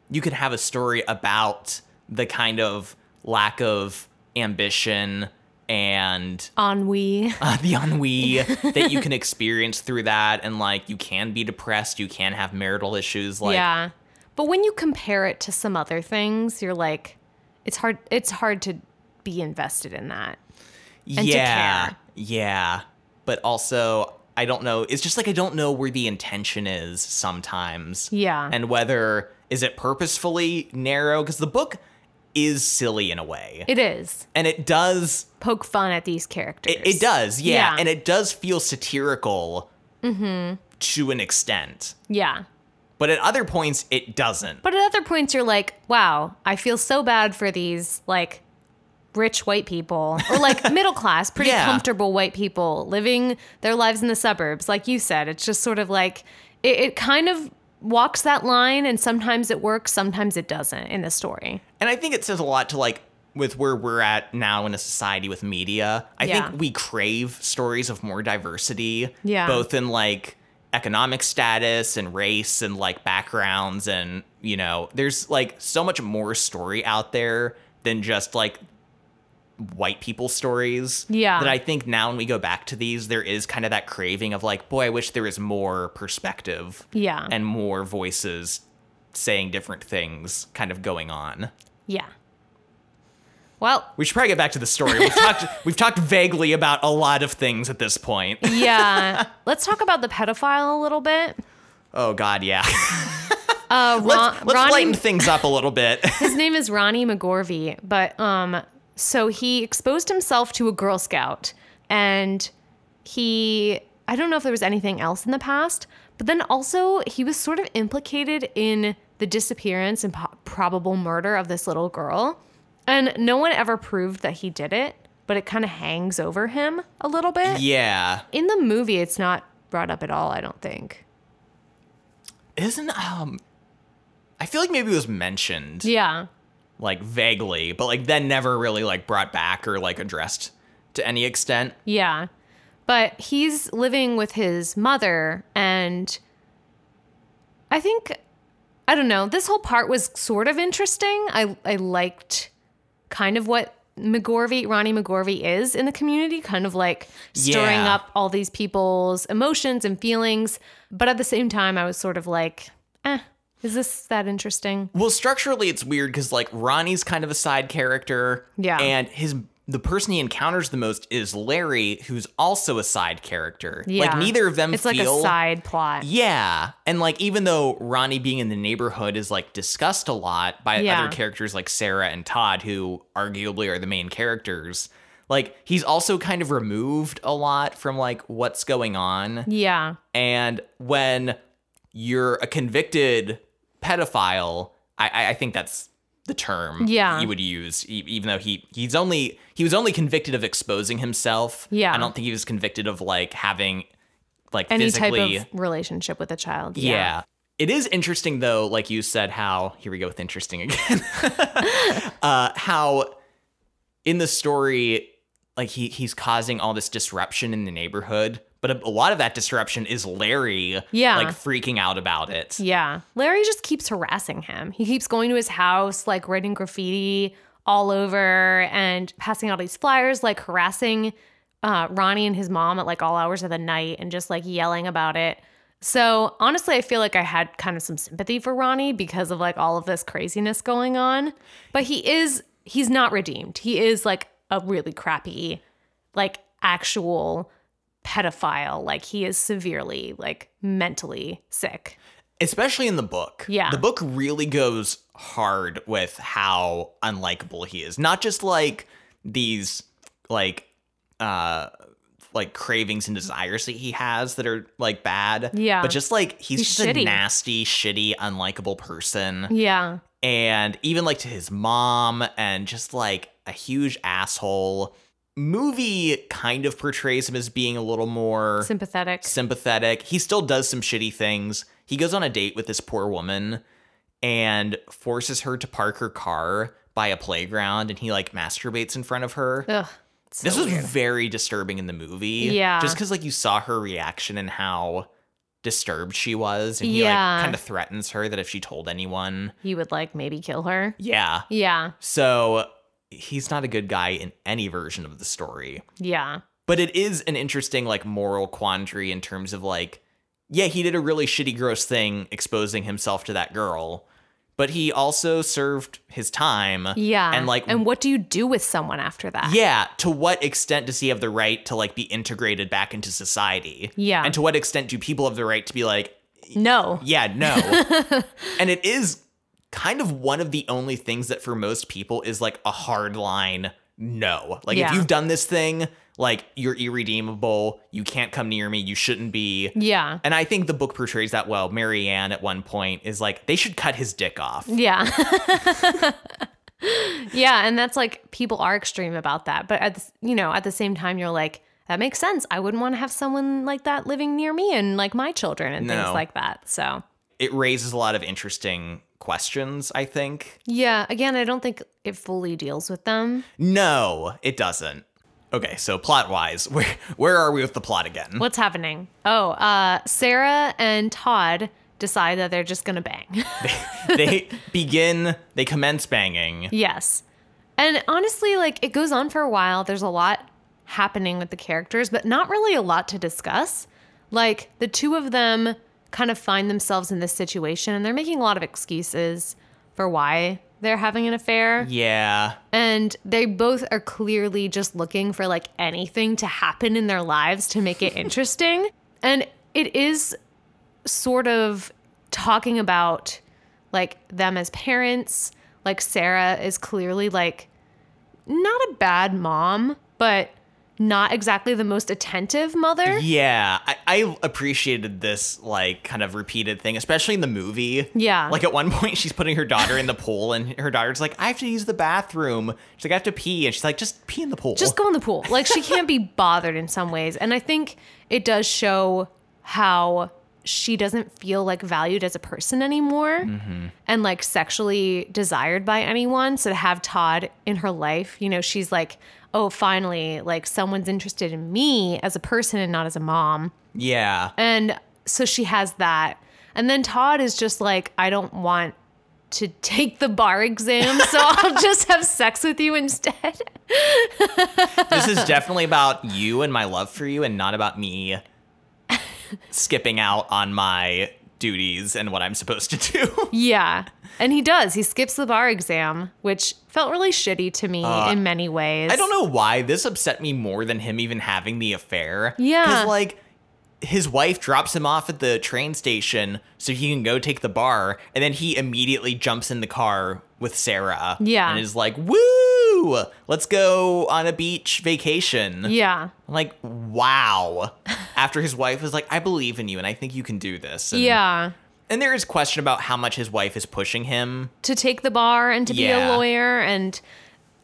Speaker 1: you could have a story about the kind of lack of ambition and
Speaker 2: Ennui.
Speaker 1: uh, the ennui that you can experience through that. And, like, you can be depressed, you can have marital issues. Like,
Speaker 2: yeah. But when you compare it to some other things, you're like it's hard it's hard to be invested in that. and to
Speaker 1: yeah,
Speaker 2: care.
Speaker 1: Yeah. But also, I don't know. It's just like I don't know where the intention is sometimes.
Speaker 2: Yeah.
Speaker 1: And whether is it purposefully narrow because the book is silly in a way.
Speaker 2: It is.
Speaker 1: and it does
Speaker 2: Poke fun at these characters.
Speaker 1: it, it does, yeah.
Speaker 2: Yeah. Mm-hmm.
Speaker 1: And it does feel satirical to an extent.
Speaker 2: Yeah.
Speaker 1: But at other points it doesn't.
Speaker 2: But at other points, you're like, wow, I feel so bad for these like rich white people or like middle class, pretty
Speaker 1: Yeah.
Speaker 2: comfortable white people living their lives in the suburbs. Like you said, it's just sort of like it, it kind of walks that line, and sometimes it works, sometimes it doesn't in the story.
Speaker 1: And I think it says a lot to like with where we're at now in a society with media. I
Speaker 2: Yeah.
Speaker 1: think we crave stories of more diversity,
Speaker 2: Yeah.
Speaker 1: both in like economic status and race and like backgrounds and you know, there's like so much more story out there than just like white people stories.
Speaker 2: Yeah.
Speaker 1: That I think now when we go back to these, there is kind of that craving of like, boy, I wish there was more perspective
Speaker 2: Yeah.
Speaker 1: and more voices saying different things kind of going on.
Speaker 2: yeah. Well,
Speaker 1: We should probably get back to the story. We've talked we've talked vaguely about a lot of things at this point.
Speaker 2: yeah. Let's talk about the pedophile a little bit.
Speaker 1: Oh god, yeah.
Speaker 2: Uh, Ron-
Speaker 1: Let's, let's
Speaker 2: Ronnie
Speaker 1: lighten things up a little bit.
Speaker 2: His name is Ronnie McGorvey, but um, so he exposed himself to a Girl Scout, and he, I don't know if there was anything else in the past, but then also he was sort of implicated in the disappearance and po- probable murder of this little girl, and no one ever proved that he did it, but it kind of hangs over him a little bit.
Speaker 1: yeah.
Speaker 2: In the movie, it's not brought up at all, I don't think.
Speaker 1: Isn't um I feel like maybe it was mentioned
Speaker 2: Yeah,
Speaker 1: like vaguely, but like then never really like brought back or like addressed to any extent.
Speaker 2: Yeah. But he's living with his mother and I think I don't know, this whole part was sort of interesting. I I liked kind of what McGorvey, Ronnie McGorvey is in the community, kind of like stirring
Speaker 1: Yeah.
Speaker 2: up all these people's emotions and feelings. But at the same time, I was sort of like, eh, is this that interesting?
Speaker 1: Well, structurally it's weird cuz like Ronnie's kind of a side character.
Speaker 2: Yeah.
Speaker 1: And his the person he encounters the most is Larry, who's also a side character. Like
Speaker 2: Yeah.
Speaker 1: neither of them
Speaker 2: It's like
Speaker 1: feel
Speaker 2: a side plot.
Speaker 1: Yeah. And like even though Ronnie being in the neighborhood is like discussed a lot by
Speaker 2: Yeah.
Speaker 1: other characters like Sarah and Todd who arguably are the main characters, like he's also kind of removed a lot from like what's going on.
Speaker 2: Yeah.
Speaker 1: And when you're a convicted pedophile, I- I, I think that's the term
Speaker 2: Yeah.
Speaker 1: you would use, e- even though he he's only he was only convicted of exposing himself.
Speaker 2: Yeah.
Speaker 1: I don't think he was convicted of like having like
Speaker 2: Any
Speaker 1: physically
Speaker 2: type of relationship with a child.
Speaker 1: yeah. It is interesting though, like you said, how here we go with interesting again. uh, how in the story, like he he's causing all this disruption in the neighborhood, but a, a lot of that disruption is Larry,
Speaker 2: Yeah.
Speaker 1: like freaking out about it.
Speaker 2: Yeah. Larry just keeps harassing him. He keeps going to his house, like writing graffiti all over and passing out these flyers, like harassing uh, Ronnie and his mom at like all hours of the night and just like yelling about it. So honestly, I feel like I had kind of some sympathy for Ronnie because of like all of this craziness going on. But he is, he's not redeemed. He is like a really crappy, like actual pedophile. Like he is severely, like mentally sick.
Speaker 1: especially in the book.
Speaker 2: Yeah.
Speaker 1: The book really goes hard with how unlikable he is. Not just like these like uh like cravings and desires that he has that are like bad.
Speaker 2: Yeah.
Speaker 1: But just like he's,
Speaker 2: He's
Speaker 1: just
Speaker 2: shitty. Mm-hmm.
Speaker 1: a nasty, shitty, unlikable person.
Speaker 2: Yeah.
Speaker 1: And even like to his mom and just like a huge asshole. Movie kind of portrays him as being a little more
Speaker 2: Sympathetic.
Speaker 1: sympathetic. He still does some shitty things. He goes on a date with this poor woman and forces her to park her car by a playground and he like masturbates in front of her.
Speaker 2: Ugh. it's so
Speaker 1: this was
Speaker 2: weird.
Speaker 1: very disturbing in the movie.
Speaker 2: Yeah.
Speaker 1: Just because like you saw her reaction and how disturbed she was. And he
Speaker 2: Yeah.
Speaker 1: like kind of threatens her that if she told anyone.
Speaker 2: he would like maybe kill her.
Speaker 1: Yeah.
Speaker 2: Yeah.
Speaker 1: So he's not a good guy in any version of the story.
Speaker 2: Yeah.
Speaker 1: but it is an interesting like moral quandary in terms of like yeah he did a really shitty gross thing exposing himself to that girl but he also served his time
Speaker 2: Yeah.
Speaker 1: and like
Speaker 2: and what do you do with someone after that?
Speaker 1: yeah to what extent does he have the right to like be integrated back into society
Speaker 2: Yeah.
Speaker 1: and to what extent do people have the right to be like
Speaker 2: No.
Speaker 1: yeah no and it is kind of one of the only things that for most people is like a hard line no like
Speaker 2: Yeah.
Speaker 1: if you've done this thing like you're irredeemable you can't come near me you shouldn't be
Speaker 2: Yeah.
Speaker 1: and i think the book portrays that well marianne at one point is like they should cut his dick off
Speaker 2: Yeah. yeah, and that's like people are extreme about that, but at the, you know, at the same time you're like that makes sense. I wouldn't want to have someone like that living near me and like my children and things
Speaker 1: No.
Speaker 2: like that. So,
Speaker 1: it raises a lot of interesting questions i think
Speaker 2: yeah, again, I don't think it fully deals with them.
Speaker 1: no it doesn't okay so plot wise where where are we with the plot again
Speaker 2: What's happening? Oh, uh Sarah and Todd decide that they're just going to bang.
Speaker 1: they begin they commence banging
Speaker 2: Yes. And honestly, like it goes on for a while. There's a lot happening with the characters, but not really a lot to discuss. Like the two of them kind of find themselves in this situation and they're making a lot of excuses for why they're having an affair.
Speaker 1: yeah
Speaker 2: And they both are clearly just looking for like anything to happen in their lives to make it interesting. and it is sort of talking about like them as parents. Like Sarah is clearly like not a bad mom, but not exactly the most attentive mother.
Speaker 1: Yeah, I, I appreciated this like kind of repeated thing, especially in the movie.
Speaker 2: Yeah.
Speaker 1: Like at one point she's putting her daughter in the pool and her daughter's like, I have to use the bathroom. She's like, I have to pee, and she's like, just pee in the pool.
Speaker 2: just go in the pool. Like she can't be bothered in some ways. And I think it does show how she doesn't feel like valued as a person anymore and like sexually desired by anyone. So to have Todd in her life, you know, she's like, oh, finally, like someone's interested in me as a person and not as a mom.
Speaker 1: Yeah.
Speaker 2: And so she has that. And then Todd is just like, I don't want to take the bar exam, so I'll just have sex with you instead.
Speaker 1: this is definitely about you and my love for you and not about me skipping out on my duties and what I'm supposed to do.
Speaker 2: Yeah. And he does. He skips the bar exam, which felt really shitty to me in many ways.
Speaker 1: Uh, I don't know why this upset me more than him even having the affair.
Speaker 2: Yeah.
Speaker 1: Because, like, his wife drops him off at the train station so he can go take the bar, and then he immediately jumps in the car with Sarah.
Speaker 2: Yeah.
Speaker 1: And is like, woo, let's go on a beach vacation.
Speaker 2: Yeah.
Speaker 1: I'm like, wow. After his wife was like, I believe in you and I think you can do this. And,
Speaker 2: Yeah.
Speaker 1: And there is question about how much his wife is pushing him.
Speaker 2: To take the bar and to be
Speaker 1: Yeah.
Speaker 2: a lawyer and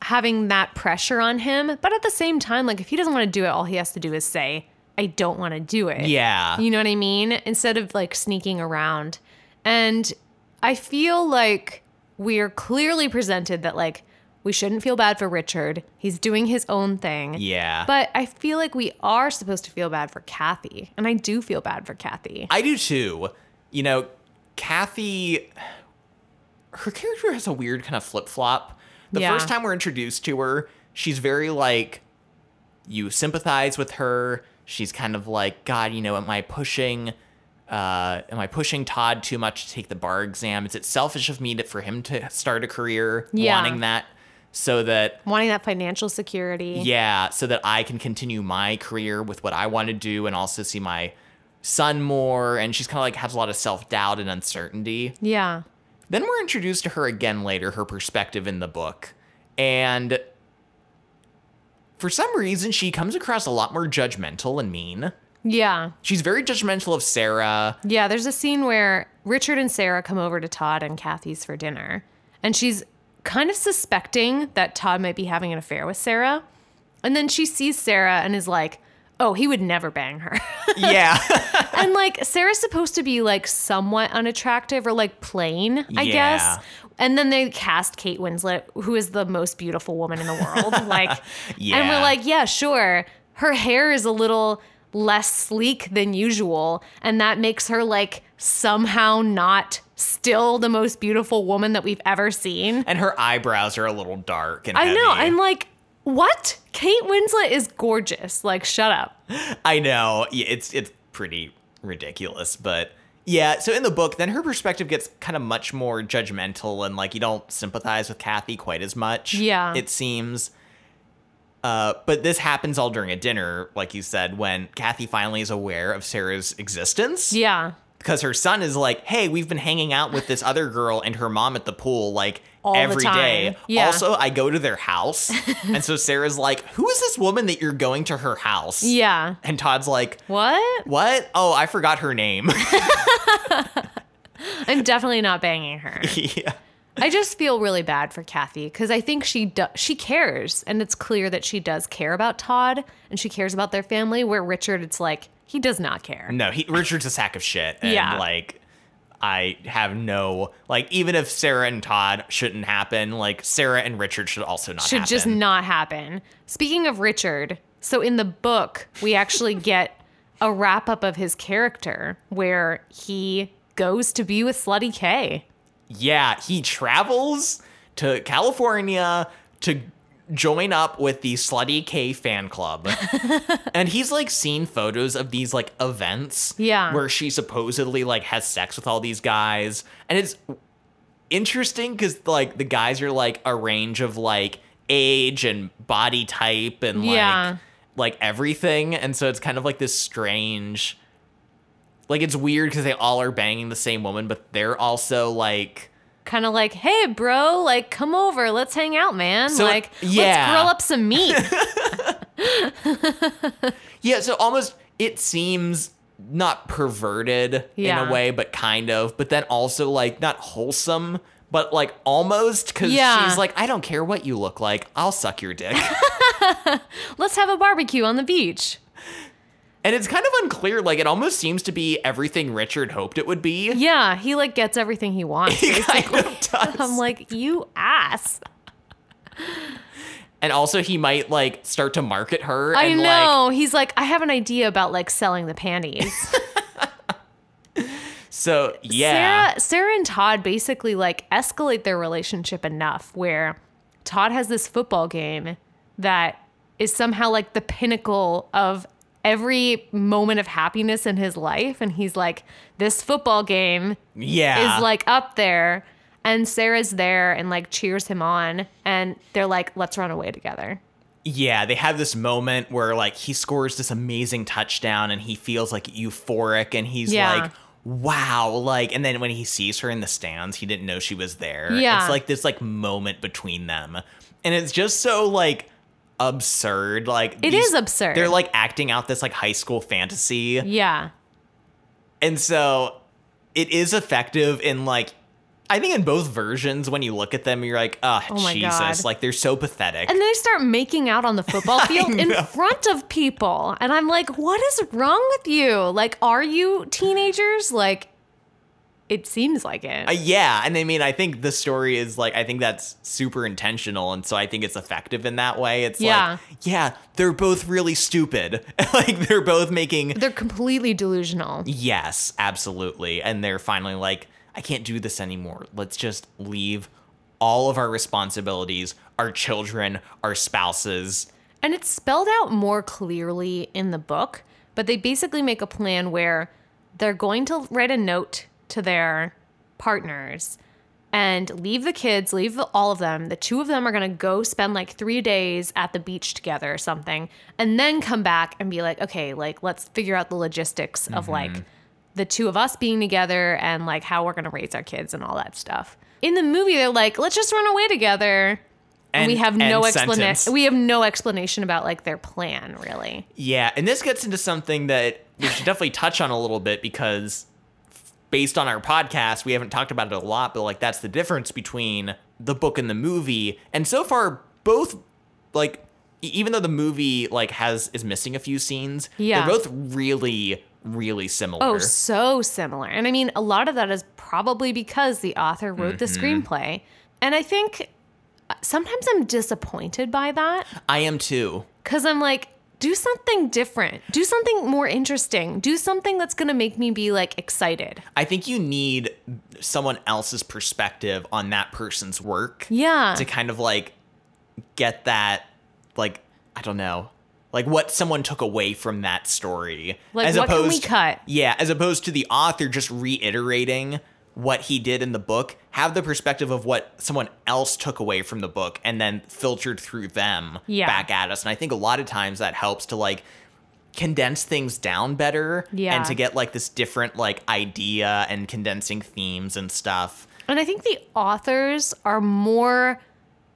Speaker 2: having that pressure on him. But at the same time, like, if he doesn't want to do it, all he has to do is say, I don't want to do it.
Speaker 1: Yeah.
Speaker 2: You know what I mean? Instead of like sneaking around. And I feel like we're clearly presented that, like, we shouldn't feel bad for Richard. He's doing his own thing.
Speaker 1: Yeah.
Speaker 2: But I feel like we are supposed to feel bad for Kathy, and I do feel bad for Kathy.
Speaker 1: I do too. You know, Kathy, her character has a weird kind of flip flop. The
Speaker 2: Yeah.
Speaker 1: first time we're introduced to her, she's very like, you sympathize with her. She's kind of like, God, you know, am I pushing Uh, am I pushing Todd too much to take the bar exam? Is it selfish of me to, for him to start a career
Speaker 2: Yeah.
Speaker 1: wanting that so that,
Speaker 2: wanting that financial security.
Speaker 1: yeah, so that I can continue my career with what I want to do and also see my son more? And she's kind of like has a lot of self doubt and uncertainty.
Speaker 2: Yeah.
Speaker 1: Then we're introduced to her again later, her perspective in the book. And for some reason, she comes across a lot more judgmental and mean.
Speaker 2: Yeah.
Speaker 1: She's very judgmental of Sarah.
Speaker 2: Yeah, there's a scene where Richard and Sarah come over to Todd and Kathy's for dinner, and she's kind of suspecting that Todd might be having an affair with Sarah. And then she sees Sarah and is like, "Oh, he would never bang her."
Speaker 1: Yeah.
Speaker 2: and like Sarah's supposed to be like somewhat unattractive or like plain, I
Speaker 1: Yeah.
Speaker 2: guess. And then they cast Kate Winslet, who is the most beautiful woman in the world. Like, and
Speaker 1: Yeah.
Speaker 2: we're like, yeah, sure. Her hair is a little less sleek than usual, and that makes her like somehow not still the most beautiful woman that we've ever seen.
Speaker 1: and her eyebrows are a little dark and
Speaker 2: I know.
Speaker 1: heavy.
Speaker 2: I'm like, what? Kate Winslet is gorgeous. Like, shut up.
Speaker 1: I know. Yeah, it's it's pretty ridiculous, but yeah. So in the book, then her perspective gets kind of much more judgmental, and like you don't sympathize with Kathy quite as much.
Speaker 2: Yeah.
Speaker 1: it seems. Uh, but this happens all during a dinner, like you said, when Kathy finally is aware of Sarah's existence.
Speaker 2: Yeah.
Speaker 1: Because her son is like, hey, we've been hanging out with this other girl and her mom at the pool like
Speaker 2: All the
Speaker 1: every
Speaker 2: time.
Speaker 1: day.
Speaker 2: Yeah.
Speaker 1: Also, I go to their house. and so Sarah's like, who is this woman that you're going to her house?
Speaker 2: Yeah.
Speaker 1: And Todd's like,
Speaker 2: What?
Speaker 1: what? Oh, I forgot her name.
Speaker 2: I'm definitely not banging her.
Speaker 1: yeah.
Speaker 2: I just feel really bad for Kathy because I think she do- she cares, and it's clear that she does care about Todd and she cares about their family. Where Richard, it's like he does not care.
Speaker 1: No, he, Richard's a sack of shit. And
Speaker 2: Yeah.
Speaker 1: like, I have no, like, even if Sarah and Todd shouldn't happen, like, Sarah and Richard should also not
Speaker 2: Should
Speaker 1: happen.
Speaker 2: just not happen. Speaking of Richard, so in the book we actually get a wrap up of his character where he goes to be with Slutty K.
Speaker 1: Yeah, he travels to California to join up with the Slutty K fan club. and he's like seen photos of these like events
Speaker 2: Yeah.
Speaker 1: where she supposedly like has sex with all these guys. And it's interesting cuz like the guys are like a range of like age and body type and like
Speaker 2: Yeah.
Speaker 1: like everything and so it's kind of like this strange like it's weird cuz they all are banging the same woman but they're also like
Speaker 2: Kind of like, hey, bro, like come over, let's hang out, man.
Speaker 1: So,
Speaker 2: like, let's
Speaker 1: yeah.
Speaker 2: grill up some meat.
Speaker 1: Yeah, so almost it seems not perverted in
Speaker 2: Yeah.
Speaker 1: a way, but kind of, but then also like not wholesome, but like almost because
Speaker 2: Yeah.
Speaker 1: she's like, I don't care what you look like, I'll suck your dick.
Speaker 2: let's have a barbecue on the beach.
Speaker 1: and it's kind of unclear, like it almost seems to be everything Richard hoped it would be.
Speaker 2: Yeah, he like gets everything he wants.
Speaker 1: He kind of does.
Speaker 2: I'm like, you ass.
Speaker 1: and also he might like start to market her
Speaker 2: I
Speaker 1: and like
Speaker 2: know. He's like, I have an idea about like selling the panties.
Speaker 1: so yeah.
Speaker 2: Sarah, Sarah and Todd basically like escalate their relationship enough where Todd has this football game that is somehow like the pinnacle of every moment of happiness in his life. And he's like, this football game
Speaker 1: yeah.
Speaker 2: is like up there and Sarah's there and like cheers him on and they're like let's run away together.
Speaker 1: Yeah, they have this moment where like he scores this amazing touchdown and he feels like euphoric and he's
Speaker 2: Yeah.
Speaker 1: like, wow, like and then when he sees her in the stands, he didn't know she was there.
Speaker 2: Yeah.
Speaker 1: It's like this like moment between them. And it's just so like absurd. Like it is
Speaker 2: is absurd.
Speaker 1: They're like acting out this like high school fantasy.
Speaker 2: Yeah.
Speaker 1: And so it is effective in like I think in both versions when you look at them, you're like, oh,
Speaker 2: Oh my
Speaker 1: Jesus.
Speaker 2: God.
Speaker 1: Like they're so pathetic.
Speaker 2: And they start making out on the football field in
Speaker 1: know.
Speaker 2: front of people. And I'm like, what is wrong with you? Like, are you teenagers? Like, it seems like it.
Speaker 1: Uh, yeah, and I mean, I think the story is like, I think that's super intentional, and so I think it's effective in that way. It's
Speaker 2: Yeah.
Speaker 1: like, yeah, they're both really stupid. like they're both making
Speaker 2: They're completely delusional.
Speaker 1: yes, absolutely, and they're finally like, I can't do this anymore. Let's just leave all of our responsibilities, our children, our spouses.
Speaker 2: And it's spelled out more clearly in the book, but they basically make a plan where they're going to write a note to their partners and leave the kids, leave the, all of them. The two of them are going to go spend like 3 days at the beach together or something and then come back and be like, "Okay, like let's figure out the logistics of like the two of us being together and like how we're going to raise our kids and all that stuff." In the movie, they're like, "Let's just run away together." And, we have
Speaker 1: End-
Speaker 2: no
Speaker 1: end sentence.
Speaker 2: explanation. We have no explanation about like their plan, really.
Speaker 1: Yeah, and this gets into something that we should definitely touch on a little bit because based on our podcast, we haven't talked about it a lot, but like that's the difference between the book and the movie. And so far both like e- even though the movie like has is missing a few scenes,
Speaker 2: Yeah.
Speaker 1: they're both really really similar.
Speaker 2: Oh, so similar. And I mean, a lot of that is probably because the author wrote the
Speaker 1: Mm-hmm.
Speaker 2: screenplay. And I think uh, sometimes I'm disappointed by that
Speaker 1: I am too.
Speaker 2: because I'm like, do something different, do something more interesting, do something that's going to make me be like excited.
Speaker 1: I think you need someone else's perspective on that person's work.
Speaker 2: Yeah.
Speaker 1: to kind of like get that like I don't know like what someone took away from that story
Speaker 2: Like, what can we cut?
Speaker 1: yeah as opposed to the author just reiterating what he did in the book have the perspective of what someone else took away from the book and then filtered through them
Speaker 2: Yeah.
Speaker 1: back at us and I think a lot of times that helps to like condense things down better
Speaker 2: Yeah.
Speaker 1: and to get like this different like idea and condensing themes and stuff
Speaker 2: And I think the authors are more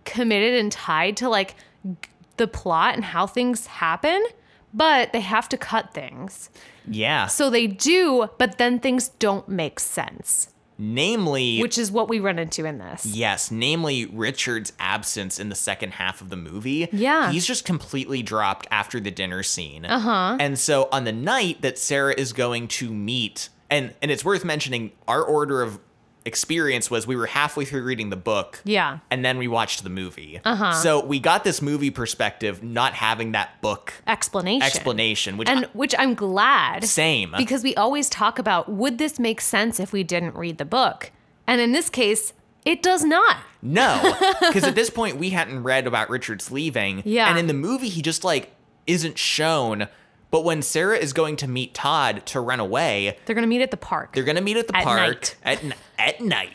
Speaker 2: committed and tied to like g- the plot and how things happen, but they have to cut things.
Speaker 1: yeah
Speaker 2: So they do, but then things don't make sense.
Speaker 1: namely
Speaker 2: which is what we run into in this.
Speaker 1: Yes, namely Richard's absence in the second half of the movie.
Speaker 2: Yeah.
Speaker 1: He's just completely dropped after the dinner scene. Uh
Speaker 2: Uh-huh.
Speaker 1: huh. And so on the night that Sarah is going to meet, and, and it's worth mentioning our order of experience was we were halfway through reading the book.
Speaker 2: Yeah. Uh-huh.
Speaker 1: And then we watched the movie. Uh huh. So we got this movie perspective, not having that book
Speaker 2: Explanation.
Speaker 1: explanation, which
Speaker 2: And which I'm glad.
Speaker 1: uh, same. uh,
Speaker 2: Because we always talk about would this make sense if we didn't read the book? And in this case, it does not.
Speaker 1: No, because at this point we hadn't read about Richard's leaving.
Speaker 2: Yeah.
Speaker 1: And in the movie, he just like isn't shown. But when Sarah is going to meet Todd to run away,
Speaker 2: They're going to meet at the park.
Speaker 1: they're going to meet at the
Speaker 2: At
Speaker 1: park at n- at night.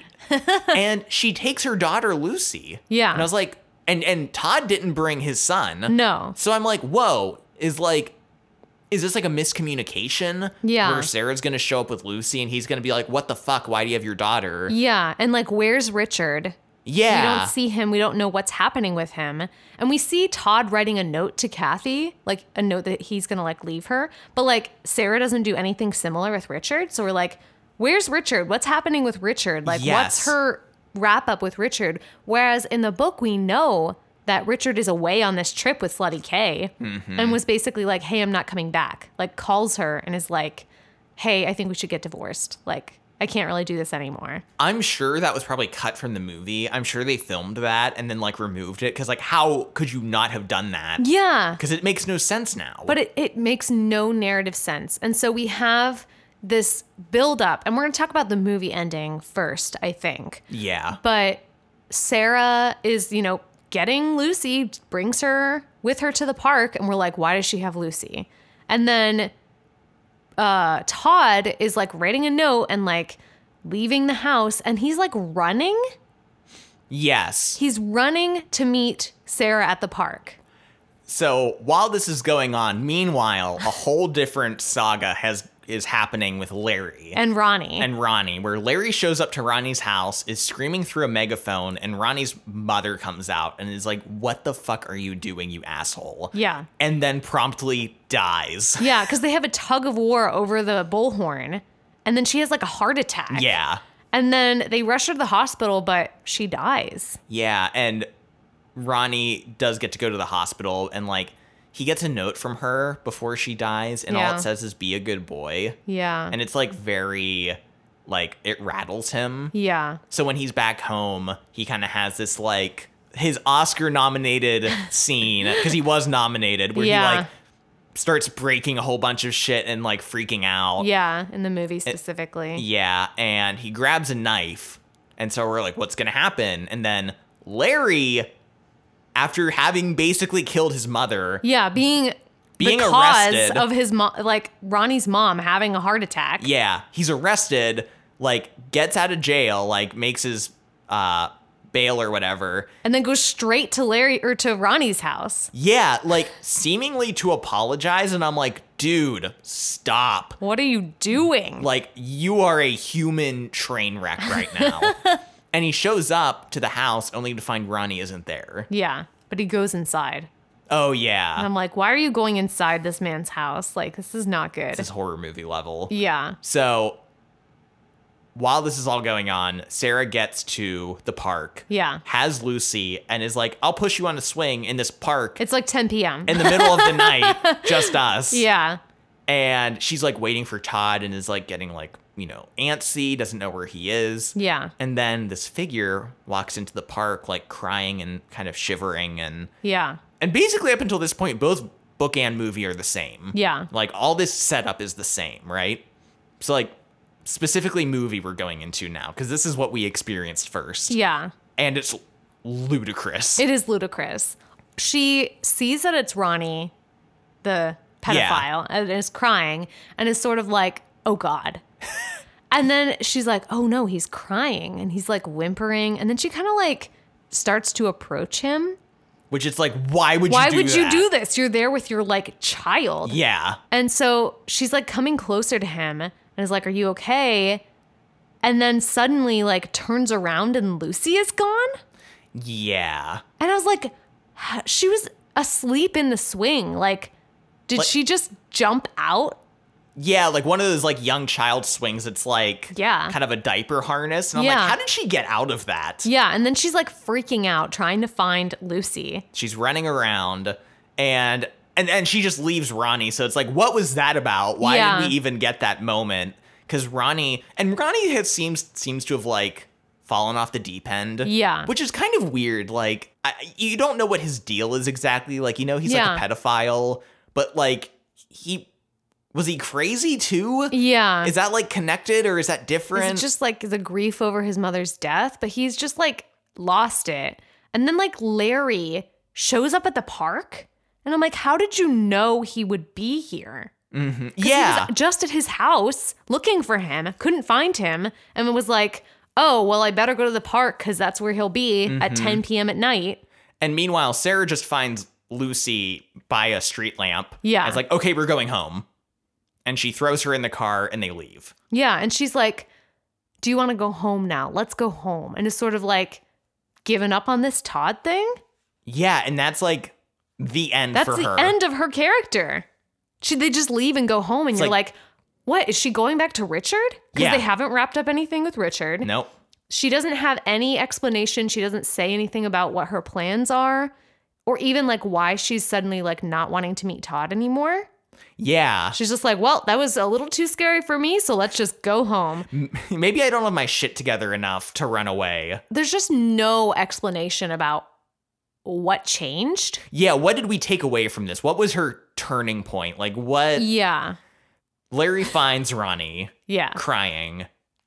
Speaker 1: and she takes her daughter Lucy.
Speaker 2: Yeah.
Speaker 1: And I was like, and and Todd didn't bring his son.
Speaker 2: no.
Speaker 1: So I'm like, whoa, is like, is this like a miscommunication?
Speaker 2: Yeah.
Speaker 1: Where Sarah's going to show up with Lucy and he's going to be like, what the fuck? Why do you have your daughter?
Speaker 2: Yeah. And like, where's Richard? We
Speaker 1: Yeah.
Speaker 2: don't see him. We don't know what's happening with him. And we see Todd writing a note to Kathy, like a note that he's going to like leave her. But like Sarah doesn't do anything similar with Richard. So we're like, where's Richard? What's happening with Richard? Like,
Speaker 1: Yes.
Speaker 2: what's her wrap up with Richard? Whereas in the book, we know that Richard is away on this trip with Slutty K
Speaker 1: Mm-hmm.
Speaker 2: and was basically like, hey, I'm not coming back. Like, calls her and is like, hey, I think we should get divorced. Like, I can't really do this anymore.
Speaker 1: I'm sure that was probably cut from the movie. I'm sure they filmed that and then like removed it because like how could you not have done that?
Speaker 2: Yeah.
Speaker 1: Because it makes no sense now.
Speaker 2: but it, it makes no narrative sense. And so we have this build up, and we're going to talk about the movie ending first, I think.
Speaker 1: yeah,
Speaker 2: But Sarah is, you know, getting Lucy, brings her with her to the park, and we're like, why does she have Lucy? And then uh, Todd is like writing a note and like leaving the house, and he's like running.
Speaker 1: yes.
Speaker 2: He's running to meet Sarah at the park.
Speaker 1: So while this is going on, meanwhile, a whole different saga has is happening with Larry
Speaker 2: And Ronnie.
Speaker 1: and Ronnie, where Larry shows up to Ronnie's house, is screaming through a megaphone, and Ronnie's mother comes out and is like, "What the fuck are you doing, you asshole?"
Speaker 2: yeah.
Speaker 1: and then promptly dies.
Speaker 2: Yeah, because they have a tug of war over the bullhorn, and then she has like a heart attack.
Speaker 1: yeah.
Speaker 2: And then they rush her to the hospital, but she dies.
Speaker 1: Yeah, and Ronnie does get to go to the hospital and like he gets a note from her before she dies and all
Speaker 2: Yeah.
Speaker 1: it says is be a good boy.
Speaker 2: Yeah.
Speaker 1: And it's like very like it rattles him.
Speaker 2: yeah.
Speaker 1: So when he's back home, he kind of has this like his Oscar nominated scene because he was nominated where
Speaker 2: Yeah.
Speaker 1: he like starts breaking a whole bunch of shit and like freaking out.
Speaker 2: Yeah. In the movie specifically.
Speaker 1: Yeah, and he grabs a knife. And so we're like, what's going to happen? And then Larry, after having basically killed his mother,
Speaker 2: yeah. Being
Speaker 1: being
Speaker 2: the cause
Speaker 1: arrested
Speaker 2: of his mom, like Ronnie's mom having a heart attack.
Speaker 1: yeah he's arrested like gets out of jail like makes his uh bail or whatever
Speaker 2: And then goes straight to Larry or to Ronnie's house.
Speaker 1: yeah like seemingly to apologize and i'm like dude stop
Speaker 2: What are you doing?
Speaker 1: like you are a human train wreck right now and he shows up to the house only to find ronnie isn't there
Speaker 2: yeah. But he goes inside.
Speaker 1: oh yeah
Speaker 2: And I'm like, why are you going inside this man's house? Like, this is not good.
Speaker 1: this is horror movie level
Speaker 2: yeah.
Speaker 1: so while this is all going on sarah gets to the park
Speaker 2: Yeah.
Speaker 1: has lucy and is like i'll push you on a swing in this park
Speaker 2: It's like 10 p.m.
Speaker 1: in the middle of the night just us
Speaker 2: yeah.
Speaker 1: and she's like waiting for todd and is like getting like you know antsy doesn't know where he is
Speaker 2: Yeah.
Speaker 1: And then this figure walks into the park, like crying and kind of shivering, and
Speaker 2: Yeah.
Speaker 1: and basically up until this point, both book and movie are the same.
Speaker 2: Yeah.
Speaker 1: like all this setup is the same, right? So like specifically movie we're going into now because this is what we experienced first,
Speaker 2: Yeah.
Speaker 1: and it's ludicrous.
Speaker 2: It is ludicrous. She sees that it's Ronnie, the
Speaker 1: Yeah.
Speaker 2: pedophile, and is crying and is sort of like, oh God. and then she's like, oh no, he's crying. And he's like whimpering. And then she kind of like starts to approach him.
Speaker 1: Which it's like, why would
Speaker 2: Why
Speaker 1: you? Do
Speaker 2: would you
Speaker 1: that?
Speaker 2: do this? You're there with your like child.
Speaker 1: Yeah,
Speaker 2: And so she's like coming closer to him and is like, Are you okay? And then suddenly like turns around and Lucy is gone.
Speaker 1: yeah.
Speaker 2: And I was like, "H- She was asleep in the swing. Like, did
Speaker 1: Like-
Speaker 2: she just jump out?
Speaker 1: Yeah, like one of those like young child swings. It's like
Speaker 2: Yeah.
Speaker 1: kind of a diaper harness, and I'm
Speaker 2: Yeah.
Speaker 1: like, how did she get out of that?
Speaker 2: Yeah. And then she's like freaking out trying to find Lucy.
Speaker 1: She's running around and and and she just leaves Ronnie. So it's like, what was that about? Why
Speaker 2: Yeah.
Speaker 1: did we even get that moment? Because Ronnie and Ronnie has, seems seems to have like fallen off the deep end.
Speaker 2: Yeah.
Speaker 1: which is kind of weird. Like I, you don't know what his deal is exactly. Like you know he's
Speaker 2: Yeah.
Speaker 1: like a pedophile, but like he was he crazy too?
Speaker 2: Yeah.
Speaker 1: Is that like connected or is that
Speaker 2: Is
Speaker 1: different?
Speaker 2: it just like the grief over his mother's death? But he's just like lost it. And then like Larry shows up at the park. And I'm like, How did you know he would be here?
Speaker 1: Mhm.
Speaker 2: 'Cause he was
Speaker 1: yeah,
Speaker 2: just at his house looking for him, couldn't find him, and was like, oh, well, I better go to the park because that's where he'll be at
Speaker 1: Mm-hmm.
Speaker 2: 10 p.m. at night.
Speaker 1: And meanwhile, Sarah just finds Lucy by a street lamp.
Speaker 2: Yeah.
Speaker 1: And It's like, okay, we're going home. And she throws her in the car and they leave.
Speaker 2: Yeah. And she's like, do you want to go home now? Let's go home. And is sort of like given up on this Todd thing.
Speaker 1: Yeah. And that's like the end
Speaker 2: That's
Speaker 1: for
Speaker 2: the
Speaker 1: her.
Speaker 2: end of her character. She, they just leave and go home, and you're like,
Speaker 1: like-
Speaker 2: what? Is she going back to Richard? Because
Speaker 1: Yeah.
Speaker 2: they haven't wrapped up anything with Richard.
Speaker 1: Nope.
Speaker 2: She doesn't have any explanation. She doesn't say anything about what her plans are or even like why she's suddenly like not wanting to meet Todd anymore.
Speaker 1: Yeah.
Speaker 2: She's just like, "Well, that was a little too scary for me, so let's just go home."
Speaker 1: Maybe I don't have my shit together enough to run away.
Speaker 2: There's just no explanation about what changed.
Speaker 1: Yeah. What did we take away from this? What was her turning point? Like, what?
Speaker 2: Yeah.
Speaker 1: Larry finds Ronnie
Speaker 2: Yeah.
Speaker 1: crying.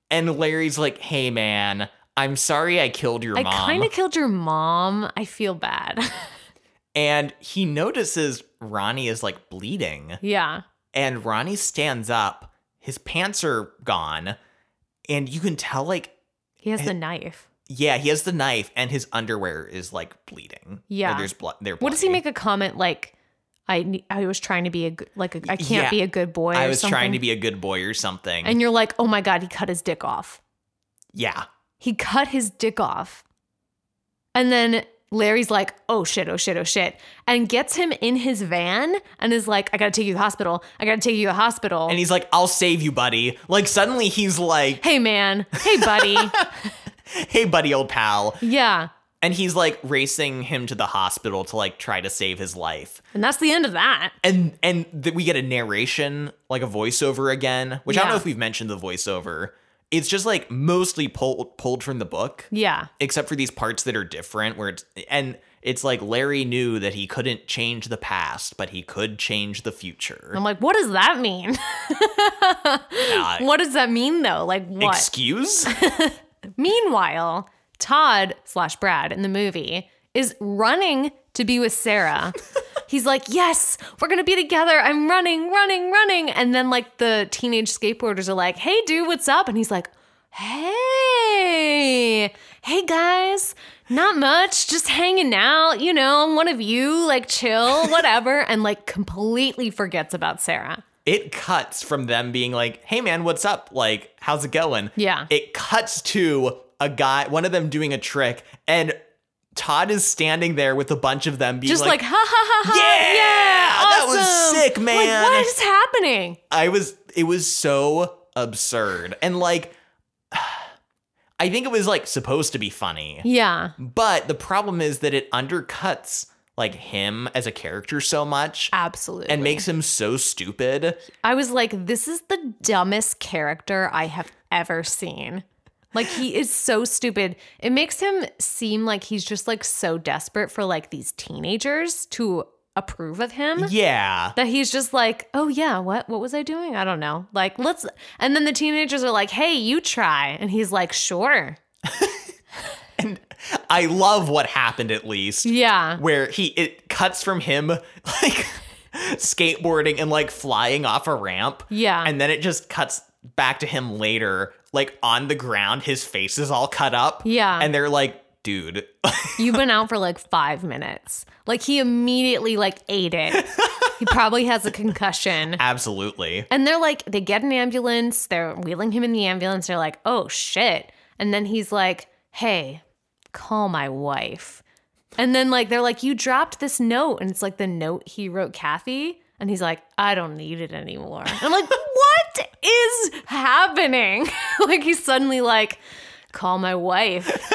Speaker 1: And Larry's like, hey, man, I'm sorry I killed your
Speaker 2: I
Speaker 1: mom.
Speaker 2: kind of killed your mom. I feel bad.
Speaker 1: and he notices Ronnie is like bleeding.
Speaker 2: yeah.
Speaker 1: and Ronnie stands up. His pants are gone, and you can tell like
Speaker 2: He has the knife.
Speaker 1: yeah, he has the knife, and his underwear is like bleeding. Or
Speaker 2: Yeah.
Speaker 1: there's blood. There.
Speaker 2: What does he make a comment like I ne- I was trying to be a good, like a, I can't
Speaker 1: Yeah.
Speaker 2: be a good boy
Speaker 1: I
Speaker 2: or
Speaker 1: was
Speaker 2: something.
Speaker 1: trying to be a good boy or something.
Speaker 2: and you're like, "Oh my god, he cut his dick off."
Speaker 1: yeah,
Speaker 2: he cut his dick off. And then Larry's like, oh shit, oh shit, oh shit. And gets him in his van and is like, I gotta take you to the hospital. I gotta take you to the hospital.
Speaker 1: and he's like, "I'll save you, buddy." Like suddenly he's like,
Speaker 2: hey man, hey buddy.
Speaker 1: "Hey, buddy, old pal,"
Speaker 2: yeah.
Speaker 1: and he's like racing him to the hospital to like try to save his life.
Speaker 2: And that's the end of that.
Speaker 1: And and th- we get a narration, like a voiceover again, which I don't
Speaker 2: Yeah.
Speaker 1: know if we've mentioned the voiceover. It's just like mostly pulled pulled from the book.
Speaker 2: Yeah.
Speaker 1: except for these parts that are different where it's and it's like Larry knew that he couldn't change the past, but he could change the future.
Speaker 2: I'm like, what does that mean?
Speaker 1: Uh,
Speaker 2: what does that mean though? Like what?
Speaker 1: excuse?
Speaker 2: Meanwhile, Todd slash Brad in the movie is running to be with Sarah. He's like, Yes, we're going to be together. I'm running, running, running. And then, like, the teenage skateboarders are like, Hey, dude, what's up? And he's like, Hey, hey, guys, not much, just hanging out. You know, I'm one of you, like, chill, whatever. and, like, completely forgets about Sarah.
Speaker 1: It cuts from them being like, hey man, what's up? Like, how's it going?
Speaker 2: Yeah.
Speaker 1: It cuts to a guy, one of them doing a trick, and Todd is standing there with a bunch of them being
Speaker 2: Just like,
Speaker 1: like,
Speaker 2: ha ha ha ha.
Speaker 1: Yeah, that was
Speaker 2: awesome."
Speaker 1: sick,
Speaker 2: Like,
Speaker 1: man.
Speaker 2: what is happening?
Speaker 1: I was it was so absurd. And like I think it was like supposed to be funny.
Speaker 2: Yeah.
Speaker 1: But the problem is that it undercuts like him as a character so much
Speaker 2: Absolutely.
Speaker 1: and makes him so stupid.
Speaker 2: I was like, this is the dumbest character I have ever seen. Like he is so stupid. It makes him seem like he's just like so desperate for like these teenagers to approve of him
Speaker 1: Yeah.
Speaker 2: that he's just like, "Oh yeah, what what was I doing? I don't know." Like, let's and then the teenagers are like, "Hey, you try." And he's like, "Sure."
Speaker 1: And I love what happened at least.
Speaker 2: Yeah.
Speaker 1: Where he it cuts from him like skateboarding and like flying off a ramp.
Speaker 2: Yeah.
Speaker 1: And then it just cuts back to him later, like on the ground, his face is all cut up.
Speaker 2: Yeah.
Speaker 1: And they're like, dude,
Speaker 2: You've been out for like five minutes. Like he immediately like ate it. he probably has a concussion.
Speaker 1: absolutely.
Speaker 2: And they're like, they get an ambulance, they're wheeling him in the ambulance, they're like, oh shit. And then he's like, hey, call my wife. And then like they're like, you dropped this note. And it's like the note he wrote Kathy. And he's like, I don't need it anymore. I'm like, what is happening? like he's suddenly like, call my wife.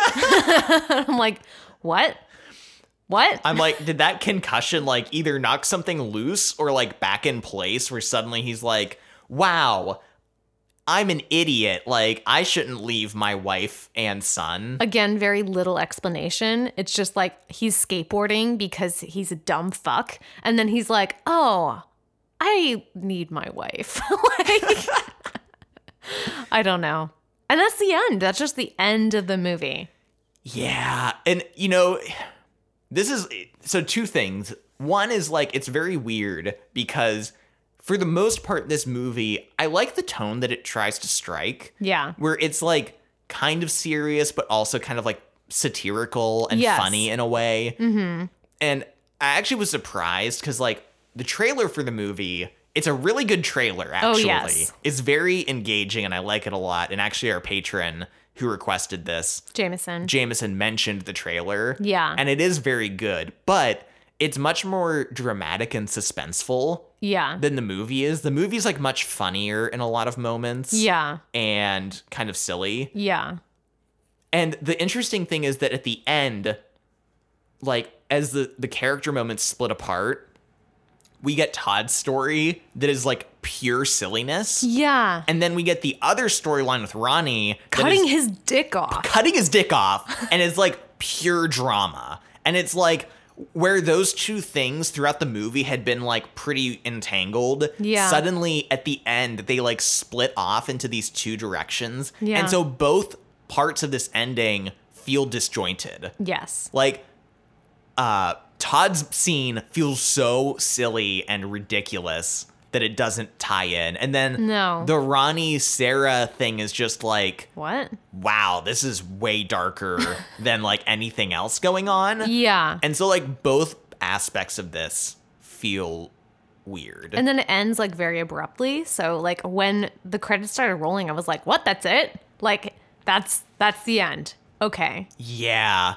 Speaker 2: I'm like, what? What?
Speaker 1: I'm like, did that concussion like either knock something loose or like back in place where suddenly he's like, wow, I'm an idiot. Like, I shouldn't leave my wife and son.
Speaker 2: again very little explanation it's just like he's skateboarding because he's a dumb fuck and then he's like oh i need my wife like i don't know and that's the end that's just the end of the movie
Speaker 1: Yeah. And, you know, this is so two things. One is like, it's very weird because for the most part, this movie, I like the tone that it tries to strike,
Speaker 2: yeah
Speaker 1: where it's like kind of serious, but also kind of like satirical and
Speaker 2: Yes.
Speaker 1: funny in a way. Mm-hmm. And I actually was surprised because, like, the trailer for the movie. It's a really good trailer, actually.
Speaker 2: Oh, yes.
Speaker 1: It's very engaging and I like it a lot. And actually, our patron who requested this
Speaker 2: jameson
Speaker 1: Jameson mentioned the trailer.
Speaker 2: Yeah.
Speaker 1: And it is very good, but it's much more dramatic and suspenseful
Speaker 2: yeah
Speaker 1: than the movie is. The movie's like much funnier in a lot of moments.
Speaker 2: yeah
Speaker 1: And kind of silly.
Speaker 2: yeah
Speaker 1: And the interesting thing is that at the end, like as the, the character moments split apart, we get Todd's story that is like pure silliness.
Speaker 2: yeah
Speaker 1: And then we get the other storyline with Ronnie that is
Speaker 2: cutting his dick off
Speaker 1: cutting his dick off and it's like pure drama and it's like where those two things throughout the movie had been like pretty entangled
Speaker 2: Yeah.
Speaker 1: suddenly at the end they like split off into these two directions
Speaker 2: Yeah.
Speaker 1: and so both parts of this ending feel disjointed
Speaker 2: yes
Speaker 1: like uh Todd's scene feels so silly and ridiculous that it doesn't tie in and then
Speaker 2: No.
Speaker 1: the Ronnie Sarah thing is just like
Speaker 2: what
Speaker 1: wow, this is way darker than like anything else going on.
Speaker 2: yeah
Speaker 1: And so like both aspects of this feel weird.
Speaker 2: and then it ends like very abruptly so like when the credits started rolling i was like what that's it like that's that's the end okay
Speaker 1: yeah.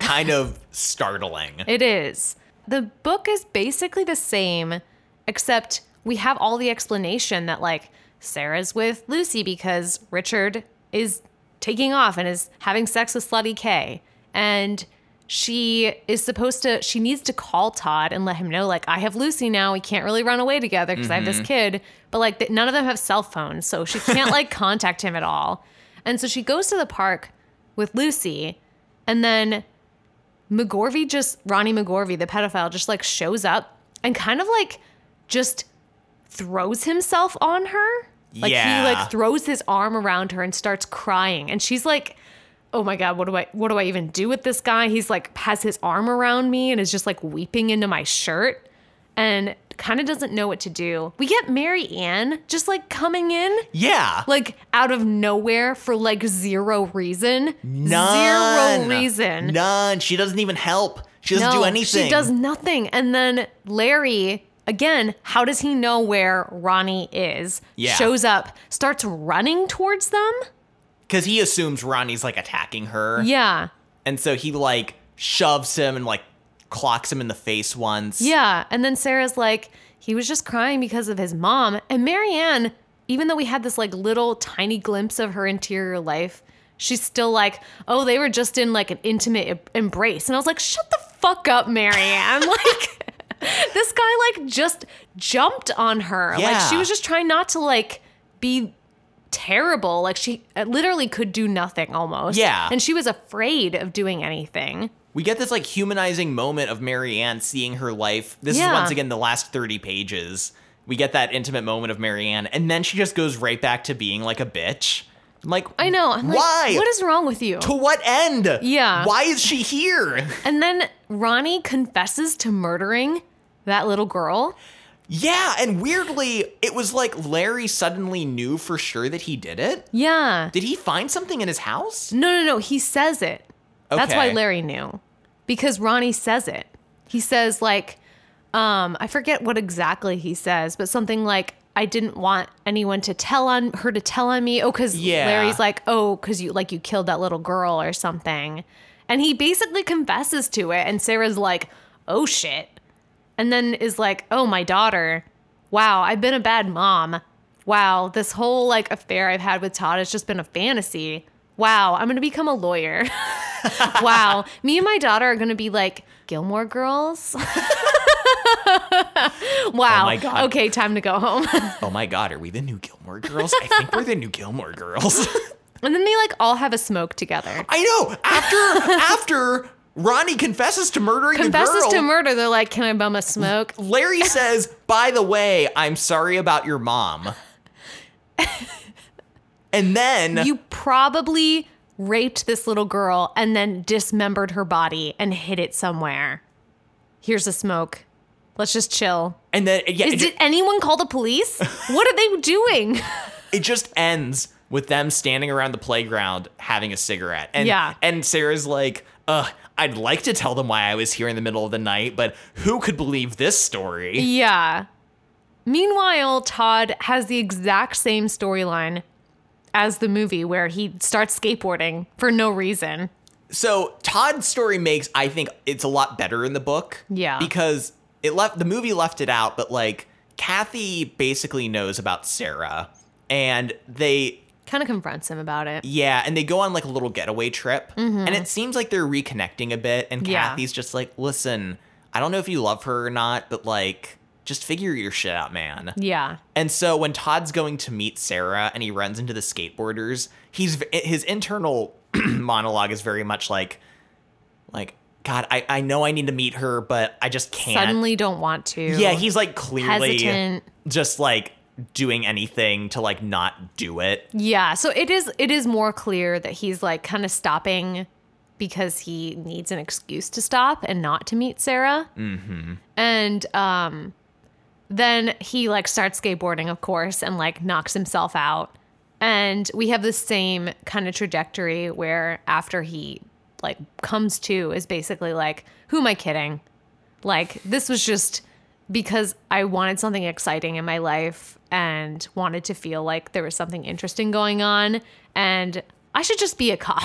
Speaker 1: Kind of startling.
Speaker 2: it is the book is basically the same except we have all the explanation that like sarah's with lucy because richard is taking off and is having sex with slutty k and she is supposed to she needs to call todd and let him know like i have lucy now we can't really run away together because i have this kid but like th- none of them have cell phones so she can't like contact him at all and so she goes to the park with lucy and then McGorvey just Ronnie McGorvey, the pedophile, just like shows up and kind of like just throws himself on her. Like
Speaker 1: Yeah.
Speaker 2: he like throws his arm around her and starts crying. And she's like oh my god, what do I what do I even do with this guy? He's like has his arm around me and is just like weeping into my shirt and kind of doesn't know what to do. We get Mary Ann just like coming in
Speaker 1: Yeah.
Speaker 2: like out of nowhere for like zero reason.
Speaker 1: None.
Speaker 2: Zero reason.
Speaker 1: None. She doesn't even help. She doesn't do anything.
Speaker 2: She does nothing. And then Larry, again, how does he know where Ronnie is?
Speaker 1: Yeah.
Speaker 2: Shows up, starts running towards them.
Speaker 1: Because he assumes Ronnie's like attacking her.
Speaker 2: Yeah.
Speaker 1: And so he like shoves him and like clocks him in the face once.
Speaker 2: Yeah. And then Sarah's like, he was just crying because of his mom. And Marianne, even though we had this like little tiny glimpse of her interior life, she's still like, oh, they were just in like an intimate em- embrace. And I was like, shut the fuck up, Marianne. like, this guy like just jumped on her. Like, she
Speaker 1: Yeah.
Speaker 2: was just trying not to like be terrible. Like, she uh, literally could do nothing almost.
Speaker 1: Yeah.
Speaker 2: And she was afraid of doing anything.
Speaker 1: We get this like humanizing moment of Mary Ann seeing her life. This
Speaker 2: Yeah.
Speaker 1: is once again the last 30 pages. We get that intimate moment of Mary Ann, and then she just goes right back to being like a bitch. I'm like,
Speaker 2: I know. I'm like,
Speaker 1: Why?
Speaker 2: what is wrong with you?
Speaker 1: to what end?
Speaker 2: Yeah.
Speaker 1: Why is she here?
Speaker 2: And then Ronnie confesses to murdering that little girl.
Speaker 1: yeah, and weirdly, it was like Larry suddenly knew for sure that he did it.
Speaker 2: Yeah.
Speaker 1: Did he find something in his house?
Speaker 2: No, no, no. He says it. That's why
Speaker 1: Okay.
Speaker 2: Larry knew because Ronnie says it. He says, like, um, I forget what exactly he says, but something like, I didn't want anyone to tell on her to tell on me. Oh, because
Speaker 1: Yeah.
Speaker 2: Larry's like, oh, because you like you killed that little girl or something. And he basically confesses to it. And Sarah's like, oh, shit. and then is like, "Oh, my daughter. Wow, I've been a bad mom. Wow, this whole like affair I've had with Todd has just been a fantasy. Wow, I'm going to become a lawyer. wow, me and my daughter are going to be like Gilmore Girls." wow.
Speaker 1: Oh my God.
Speaker 2: Okay, time to go home.
Speaker 1: Oh my god, are we the new Gilmore girls? I think we're the new Gilmore girls.
Speaker 2: and then they like all have a smoke together.
Speaker 1: I know. After after Ronnie confesses to murdering the
Speaker 2: Confesses
Speaker 1: girl,
Speaker 2: to murder. They're like, "Can I bum a smoke?"
Speaker 1: Larry says, "By the way, I'm sorry about your mom." and then
Speaker 2: you probably raped this little girl and then dismembered her body and hid it somewhere. Here's a smoke. Let's just chill.
Speaker 1: and then yeah, it,
Speaker 2: Is,
Speaker 1: ju-
Speaker 2: did anyone call the police? What are they doing?
Speaker 1: it just ends with them standing around the playground having a cigarette. And
Speaker 2: Yeah.
Speaker 1: and Sarah's like, "Uh, I'd like to tell them why I was here in the middle of the night, but who could believe this story?"
Speaker 2: yeah. Meanwhile, Todd has the exact same storyline as the movie where he starts skateboarding for no reason.
Speaker 1: So Todd's story makes I think it's a lot better in the book.
Speaker 2: Yeah.
Speaker 1: Because it left the movie left it out, but like Kathy basically knows about Sarah and they
Speaker 2: Kind of confronts him about it.
Speaker 1: yeah, and they go on like a little getaway trip. And it seems like they're reconnecting a bit and
Speaker 2: Mm-hmm. Yeah.
Speaker 1: Kathy's just like, "Listen, I don't know if you love her or not, but like just figure your shit out, man."
Speaker 2: Yeah.
Speaker 1: And so when Todd's going to meet Sarah and he runs into the skateboarders, he's eh, his internal monologue is very much like like god, I I know I need to meet her, but I just can't.
Speaker 2: Suddenly don't want to.
Speaker 1: yeah, he's like clearly
Speaker 2: hesitant.
Speaker 1: just like doing anything to like not do it.
Speaker 2: Yeah, so it is it is more clear that he's like kind of stopping because he needs an excuse to stop and not to meet Sarah. Mm-hmm. And um, then he like starts skateboarding, of course, and like knocks himself out. And we have the same kind of trajectory where after he like comes to is basically like, who am I kidding? Like this was just because I wanted something exciting in my life and wanted to feel like there was something interesting going on and I should just be a cop.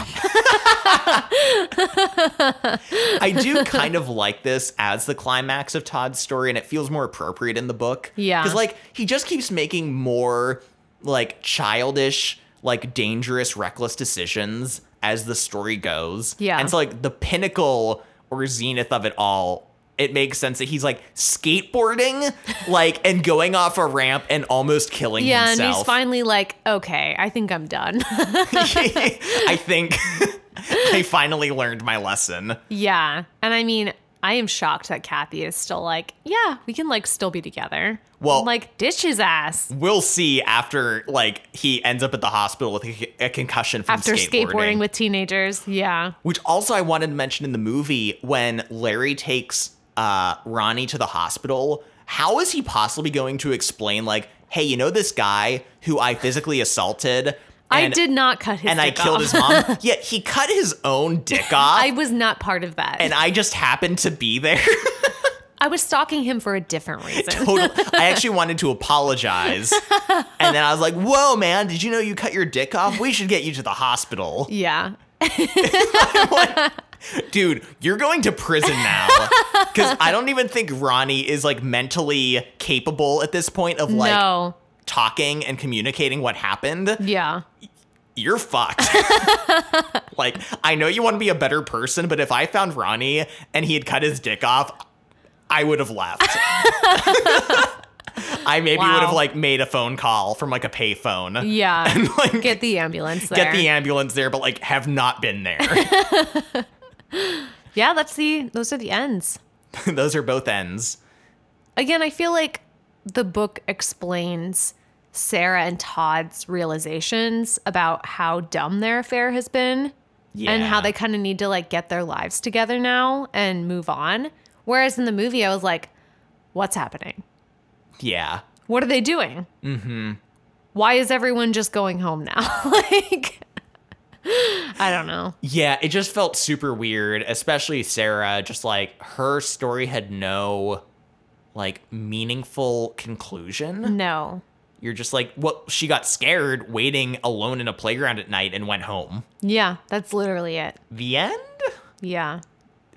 Speaker 1: I do kind of like this as the climax of Todd's story and it feels more appropriate in the book.
Speaker 2: Yeah.
Speaker 1: Cuz like he just keeps making more like childish, like dangerous, reckless decisions as the story goes.
Speaker 2: Yeah.
Speaker 1: And so like the pinnacle or zenith of it all it makes sense that he's like skateboarding like and going off a ramp and almost killing
Speaker 2: yeah, and he's
Speaker 1: himself.
Speaker 2: finally like, okay, I think I'm done.
Speaker 1: I think I finally learned my lesson.
Speaker 2: yeah. And I mean, I am shocked that Kathy is still like, yeah, we can like still be together.
Speaker 1: Well- Mm,
Speaker 2: I'm like ditch his ass
Speaker 1: We'll see after like he ends up at the hospital with a, a concussion from
Speaker 2: after skateboarding.
Speaker 1: skateboarding
Speaker 2: with teenagers. Yeah.
Speaker 1: Which also I wanted to mention in the movie when Larry takes uh, Ronnie to the hospital. How is he possibly going to explain like, hey, you know this guy who I physically assaulted?
Speaker 2: I
Speaker 1: and-
Speaker 2: did not cut his
Speaker 1: and I
Speaker 2: dick
Speaker 1: killed
Speaker 2: off.
Speaker 1: his mom. Yet he cut his own dick off,
Speaker 2: I was not part of that.
Speaker 1: and I just happened to be there.
Speaker 2: I was stalking him for a different reason.
Speaker 1: Total. I actually wanted to apologize, and then I was like, "Whoa, man! Did you know you cut your dick off? We should get you to the hospital,
Speaker 2: yeah.
Speaker 1: dude. You're going to prison now." Because I don't even think Ronnie is like mentally capable at this point of like
Speaker 2: no.
Speaker 1: talking and communicating what happened.
Speaker 2: Yeah.
Speaker 1: you're fucked. like, I know you want to be a better person, but if I found Ronnie and he had cut his dick off, I would have left. I maybe
Speaker 2: Wow.
Speaker 1: would have like made a phone call from like a payphone.
Speaker 2: Yeah.
Speaker 1: And like get,
Speaker 2: Get the ambulance there.
Speaker 1: the ambulance there, but like have not been there.
Speaker 2: yeah, that's the those are the ends.
Speaker 1: Those are both ends.
Speaker 2: Again, I feel like the book explains Sarah and Todd's realizations about how dumb their affair has been
Speaker 1: Yeah.
Speaker 2: and how they kind of need to like get their lives together now and move on. Whereas in the movie I was like, what's happening?
Speaker 1: Yeah.
Speaker 2: What are they doing? Mhm.
Speaker 1: Mm-hmm.
Speaker 2: Why is everyone just going home now? like I don't know.
Speaker 1: Yeah, it just felt super weird, especially Sarah. Just like her story had no like meaningful conclusion.
Speaker 2: No.
Speaker 1: You're just like, well, she got scared waiting alone in a playground at night and went home.
Speaker 2: Yeah, that's literally it.
Speaker 1: The end
Speaker 2: Yeah.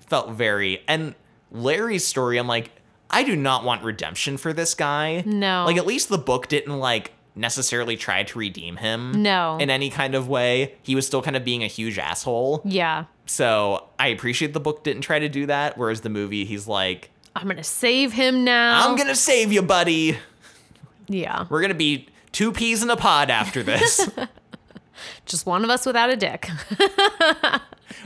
Speaker 1: felt very. And Larry's story, I'm like, I do not want redemption for this guy.
Speaker 2: No.
Speaker 1: Like, at least the book didn't, like, necessarily try to redeem him.
Speaker 2: No.
Speaker 1: In any kind of way. He was still kind of being a huge asshole.
Speaker 2: Yeah.
Speaker 1: So I appreciate the book didn't try to do that. Whereas the movie, he's like,
Speaker 2: I'm going to save him now.
Speaker 1: I'm going to save you, buddy.
Speaker 2: Yeah.
Speaker 1: We're going to be two peas in a pod after this.
Speaker 2: Just one of us without a dick.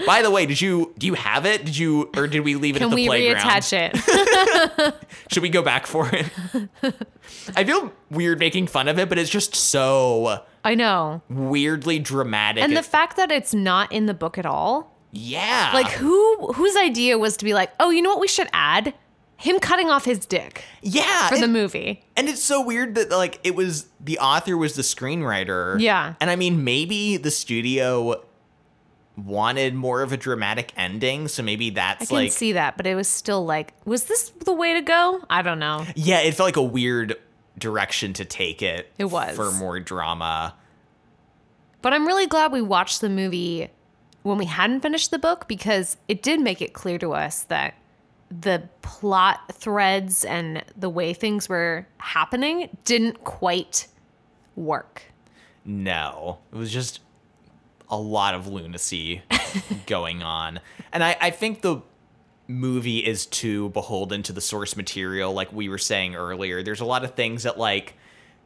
Speaker 1: By the way, did you do you have it? Did you or did we leave it at
Speaker 2: Can
Speaker 1: the
Speaker 2: we
Speaker 1: playground?
Speaker 2: reattach it?
Speaker 1: Should we go back for it? I feel weird making fun of it, but it's just so
Speaker 2: I know.
Speaker 1: weirdly dramatic.
Speaker 2: And the
Speaker 1: It-
Speaker 2: fact that it's not in the book at all.
Speaker 1: yeah,
Speaker 2: Like who whose idea was to be like, "Oh, you know what we should add? Him cutting off his dick
Speaker 1: yeah,
Speaker 2: for the
Speaker 1: and,
Speaker 2: movie."
Speaker 1: and it's so weird that like it was the author was the screenwriter.
Speaker 2: Yeah.
Speaker 1: and I mean maybe the studio wanted more of a dramatic ending, so maybe
Speaker 2: I
Speaker 1: that's
Speaker 2: can
Speaker 1: like
Speaker 2: see that, but it was still like, was this the way to go? I don't know.
Speaker 1: Yeah, it felt like a weird direction to take it.
Speaker 2: It was.
Speaker 1: for more drama.
Speaker 2: But I'm really glad we watched the movie when we hadn't finished the book because it did make it clear to us that the plot threads and the way things were happening didn't quite work.
Speaker 1: No, it was just a lot of lunacy going on. And I, I think the movie is too beholden to the source material, like we were saying earlier. There's a lot of things that, like,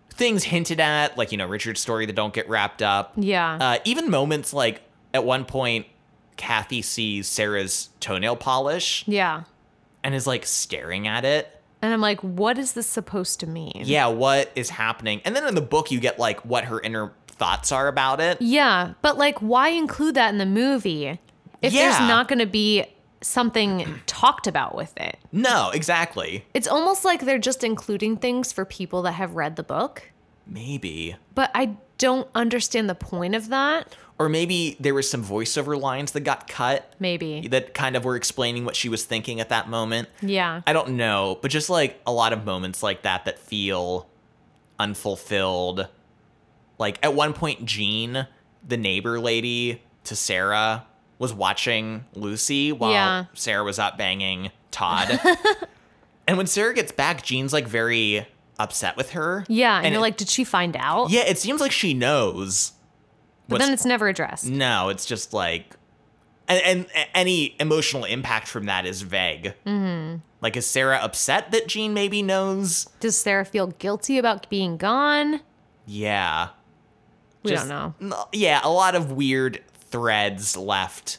Speaker 1: things hinted at, like, you know, Richard's story that don't get wrapped up.
Speaker 2: Yeah.
Speaker 1: Uh, even moments like at one point, Kathy sees Sarah's toenail polish
Speaker 2: yeah.
Speaker 1: and is like staring at it.
Speaker 2: And I'm like, what is this supposed to mean?
Speaker 1: Yeah, what is happening? And then in the book, you get like what her inner thoughts are about it.
Speaker 2: Yeah, but like, why include that in the movie if there's
Speaker 1: Yeah.
Speaker 2: not going to be something talked about with it?
Speaker 1: No, exactly.
Speaker 2: It's almost like they're just including things for people that have read the book.
Speaker 1: Maybe.
Speaker 2: But I don't understand the point of that.
Speaker 1: Or maybe there was some voiceover lines that got cut
Speaker 2: Maybe.
Speaker 1: that kind of were explaining what she was thinking at that moment.
Speaker 2: Yeah.
Speaker 1: I don't know, but just like a lot of moments like that that feel unfulfilled. Like at one point, Jean, the neighbor lady to Sarah, was watching Lucy while
Speaker 2: Yeah.
Speaker 1: Sarah was out banging Todd. and when Sarah gets back, Jean's like very upset with her.
Speaker 2: Yeah. And,
Speaker 1: it-
Speaker 2: you're like, did she find out?
Speaker 1: yeah, it seems like she knows.
Speaker 2: but
Speaker 1: what's- Mm.
Speaker 2: then it's never addressed.
Speaker 1: No, it's just like, and, and a- any emotional impact from that is vague. Mm-hmm. Like, is Sarah upset that Jean maybe knows?
Speaker 2: Does Sarah feel guilty about being gone?
Speaker 1: Yeah,
Speaker 2: We
Speaker 1: Just-
Speaker 2: don't know.
Speaker 1: n- Yeah, a lot of weird threads left.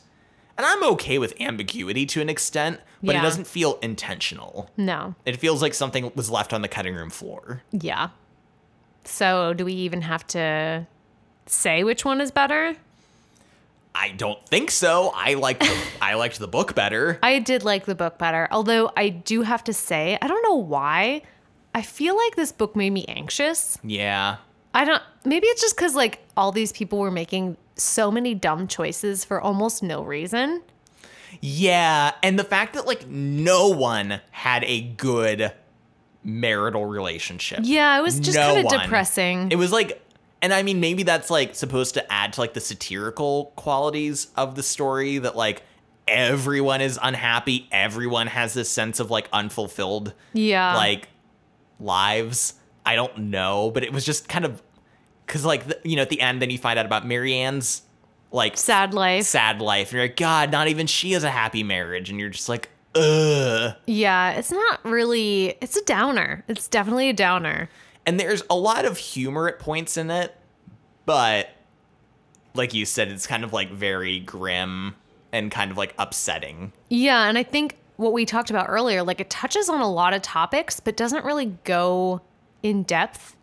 Speaker 1: And I'm okay with ambiguity to an extent, but it
Speaker 2: Yeah.
Speaker 1: doesn't feel intentional.
Speaker 2: No.
Speaker 1: It feels like something was left on the cutting room floor.
Speaker 2: Yeah. So do we even have to say which one is better?
Speaker 1: I don't think so. I liked the, I liked the book better.
Speaker 2: I did like the book better, although I do have to say, I don't know why. I feel like this book made me anxious.
Speaker 1: Yeah.
Speaker 2: I don't maybe it's just cuz like all these people were making so many dumb choices for almost no reason.
Speaker 1: Yeah, and the fact that like no one had a good marital relationship.
Speaker 2: Yeah, it was just
Speaker 1: No
Speaker 2: kind of
Speaker 1: one.
Speaker 2: depressing.
Speaker 1: It was like and I mean maybe that's like supposed to add to like the satirical qualities of the story that like everyone is unhappy, everyone has this sense of like unfulfilled
Speaker 2: yeah.
Speaker 1: like lives. I don't know, but it was just kind of cuz like the, you know at the end then you find out about Marianne's like
Speaker 2: sad life.
Speaker 1: sad life and you're like god not even she has a happy marriage and you're just like ugh
Speaker 2: Yeah, it's not really it's a downer. It's definitely a downer.
Speaker 1: and there's a lot of humor at points in it but like you said it's kind of like very grim and kind of like upsetting
Speaker 2: Yeah, and I think what we talked about earlier, like it touches on a lot of topics, but doesn't really go in depth.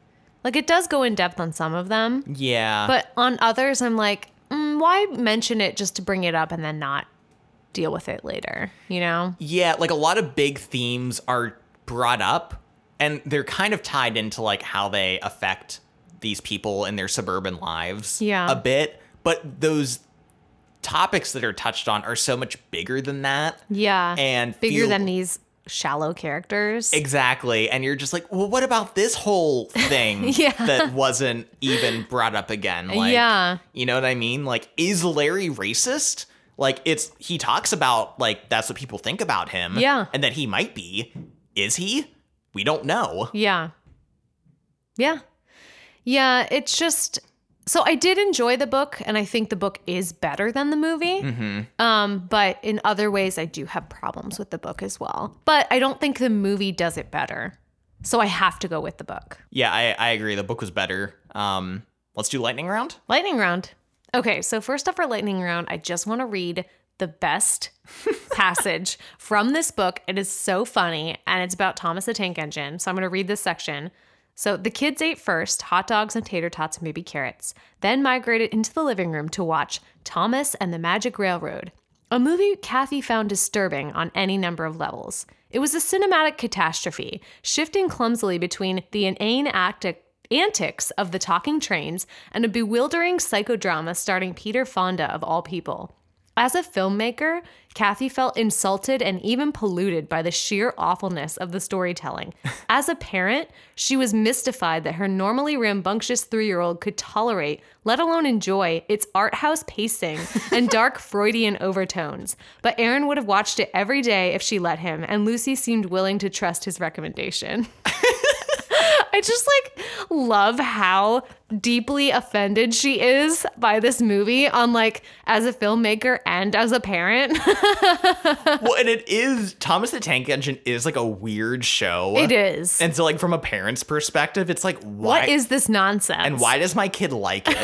Speaker 2: Like it does go in depth on some of them,
Speaker 1: yeah
Speaker 2: but on others, I'm like, mm, why mention it just to bring it up and then not deal with it later? You know?
Speaker 1: yeah like a lot of big themes are brought up and they're kind of tied into like how they affect these people in their suburban lives
Speaker 2: Yeah.
Speaker 1: a bit but those topics that are touched on are so much bigger than that
Speaker 2: Yeah.
Speaker 1: And
Speaker 2: bigger
Speaker 1: feel-
Speaker 2: than these shallow characters.
Speaker 1: Exactly. And you're just like, well, what about this whole thing
Speaker 2: Yeah.
Speaker 1: that wasn't even brought up again? Like,
Speaker 2: Yeah.
Speaker 1: You know what I mean? Like, is Larry racist? Like, it's, he talks about, like, that's what people think about him.
Speaker 2: Yeah.
Speaker 1: And that he might be. Is he? We don't know.
Speaker 2: Yeah. Yeah. Yeah. It's just so I did enjoy the book, and I think the book is better than the movie. Um, but in other ways, I do have problems with the book as well. But I don't think the movie does it better. So I have to go with the book.
Speaker 1: Yeah, I, I agree. The book was better. Um, let's do lightning round.
Speaker 2: Lightning round. Okay. So, first up for lightning round, I just want to read the best passage from this book. It is so funny, and it's about Thomas the Tank Engine. So, I'm going to read this section. So, the kids ate first hot dogs and tater tots and baby carrots, then migrated into the living room to watch Thomas and the Magic Railroad, a movie Kathy found disturbing on any number of levels. It was a cinematic catastrophe, shifting clumsily between the inane actic antics of the talking trains and a bewildering psychodrama starring Peter Fonda of all people. As a filmmaker, Kathy felt insulted and even polluted by the sheer awfulness of the storytelling. As a parent, she was mystified that her normally rambunctious three year old could tolerate, let alone enjoy, its art house pacing and dark Freudian overtones. But Aaron would have watched it every day if she let him, and Lucy seemed willing to trust his recommendation. I just like love how deeply offended she is by this movie on like as a filmmaker and as a parent.
Speaker 1: well, and it is, Thomas the Tank Engine is like a weird show.
Speaker 2: it is.
Speaker 1: And so, like, from a parent's perspective, it's like, why?
Speaker 2: what is this nonsense?
Speaker 1: And why does my kid like it?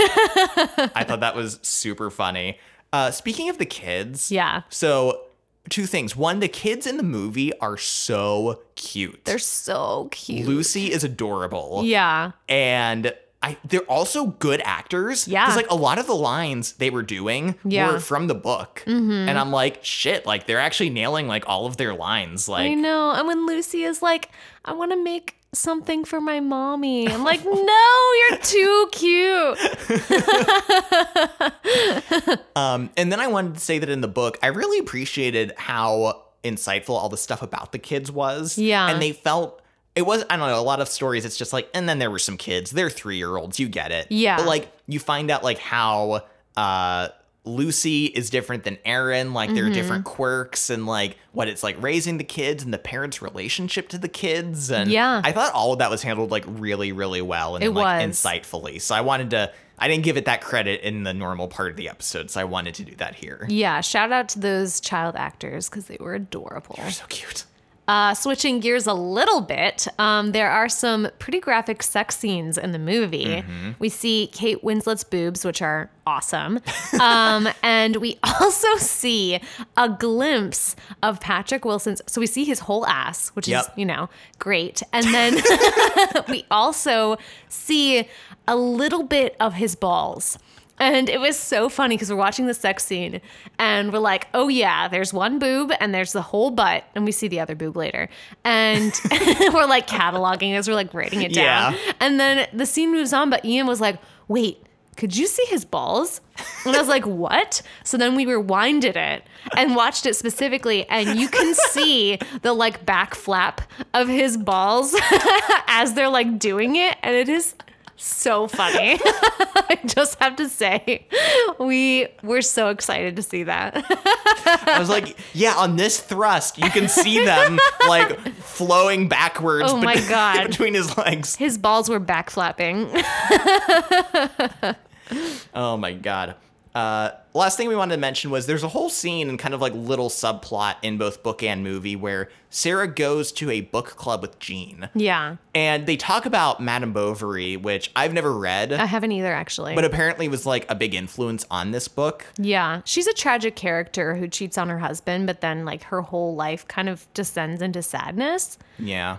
Speaker 1: I thought that was super funny. Uh, speaking of the kids,
Speaker 2: Yeah.
Speaker 1: So two things. One, the kids in the movie are so cute.
Speaker 2: They're so cute.
Speaker 1: Lucy is adorable,
Speaker 2: Yeah.
Speaker 1: and I they're also good actors.
Speaker 2: Yeah.
Speaker 1: because like a lot of the lines they were doing
Speaker 2: Yeah. Mm-hmm.
Speaker 1: were from the book, and I'm like, shit, like they're actually nailing like all of their lines. Like
Speaker 2: I know. And when Lucy is like, I want to make something for my mommy. I'm like, no, you're too cute.
Speaker 1: Um, and then I wanted to say that in the book, I really appreciated how insightful all the stuff about the kids was.
Speaker 2: Yeah.
Speaker 1: And they felt it was I don't know, a lot of stories it's just like, and then there were some kids, they're three year olds, you get it.
Speaker 2: Yeah.
Speaker 1: But like you find out like how uh Lucy is different than Aaron, like
Speaker 2: Mm-hmm.
Speaker 1: there are different quirks and like what it's like raising the kids and the parents' relationship to the kids. And
Speaker 2: Yeah.
Speaker 1: I thought all of that was handled like really, really well and
Speaker 2: It
Speaker 1: like
Speaker 2: was.
Speaker 1: insightfully. So I wanted to I didn't give it that credit in the normal part of the episode, so I wanted to do that here.
Speaker 2: Yeah. Shout out to those child actors because they were adorable.
Speaker 1: So cute.
Speaker 2: Uh, switching gears a little bit, um, there are some pretty graphic sex scenes in the movie. We see Kate Winslet's boobs, which are awesome. Um, and we also see a glimpse of Patrick Wilson's. So we see his whole ass, which is,
Speaker 1: Yep.
Speaker 2: you know, great. And then we also see a little bit of his balls. And it was so funny because we're watching the sex scene and we're like, oh yeah, there's one boob and there's the whole butt. And we see the other boob later. And we're like cataloging as we're like writing it down.
Speaker 1: Yeah.
Speaker 2: And then the scene moves on, but Ian was like, wait, could you see his balls? And I was like, what? So then we rewinded it and watched it specifically, and you can see the like back flap of his balls as they're like doing it, and it is so funny. I just have to say, we were so excited to see that.
Speaker 1: I was like, yeah, on this thrust, you can see them like flowing backwards.
Speaker 2: Oh my
Speaker 1: bet-
Speaker 2: God.
Speaker 1: Between his legs.
Speaker 2: His balls were back flapping.
Speaker 1: Oh my god. Uh, last thing we wanted to mention was there's a whole scene and kind of like little subplot in both book and movie where Sarah goes to a book club with Jean,
Speaker 2: yeah,
Speaker 1: and they talk about Madame Bovary, which I've never read,
Speaker 2: I haven't either actually.
Speaker 1: but apparently was like a big influence on this book.
Speaker 2: Yeah. She's a tragic character who cheats on her husband, but then like her whole life kind of descends into sadness.
Speaker 1: Yeah,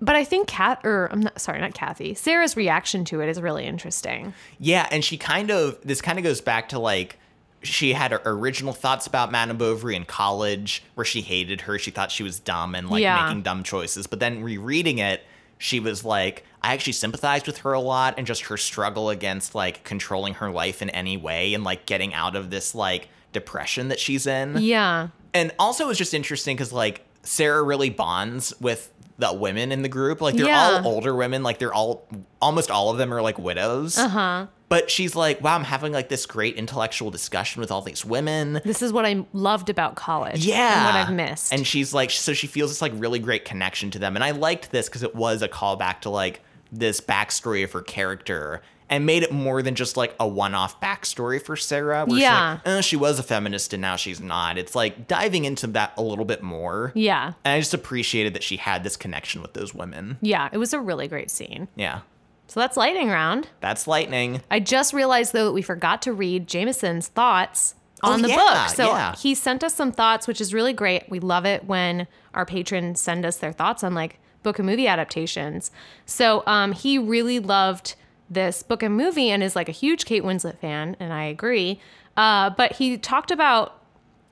Speaker 2: But I think Kat or I'm not sorry, not Kathy. Sarah's reaction to it is really interesting.
Speaker 1: yeah, and she kind of this kind of goes back to like. She had her original thoughts about Madame Bovary in college, where she hated her. She thought she was dumb and like
Speaker 2: Yeah.
Speaker 1: making dumb choices. But then rereading it, she was like, I actually sympathized with her a lot and just her struggle against like controlling her life in any way and like getting out of this like depression that she's in.
Speaker 2: Yeah.
Speaker 1: And also, it's just interesting because like Sarah really bonds with the women in the group. Like they're
Speaker 2: Yeah.
Speaker 1: all older women. Like they're all almost all of them are like widows.
Speaker 2: Huh.
Speaker 1: But she's like, wow, I'm having like this great intellectual discussion with all these women.
Speaker 2: This is what I loved about college.
Speaker 1: Yeah.
Speaker 2: And what I've missed.
Speaker 1: And she's like, so she feels this like really great connection to them. And I liked this because it was a callback to like this backstory of her character and made it more than just like a one off backstory for Sarah. Where
Speaker 2: Yeah.
Speaker 1: She's like, "Eh, she was a feminist and now she's not. It's like diving into that a little bit more.
Speaker 2: yeah.
Speaker 1: And I just appreciated that she had this connection with those women.
Speaker 2: Yeah. It was a really great scene.
Speaker 1: Yeah.
Speaker 2: So that's lightning round.
Speaker 1: That's lightning.
Speaker 2: I just realized though that we forgot to read Jameson's thoughts on
Speaker 1: Oh,
Speaker 2: the
Speaker 1: yeah,
Speaker 2: book. So
Speaker 1: yeah.
Speaker 2: he sent us some thoughts, which is really great. We love it when our patrons send us their thoughts on like book and movie adaptations. So um, he really loved this book and movie and is like a huge Kate Winslet fan, and I agree. Uh, but he talked about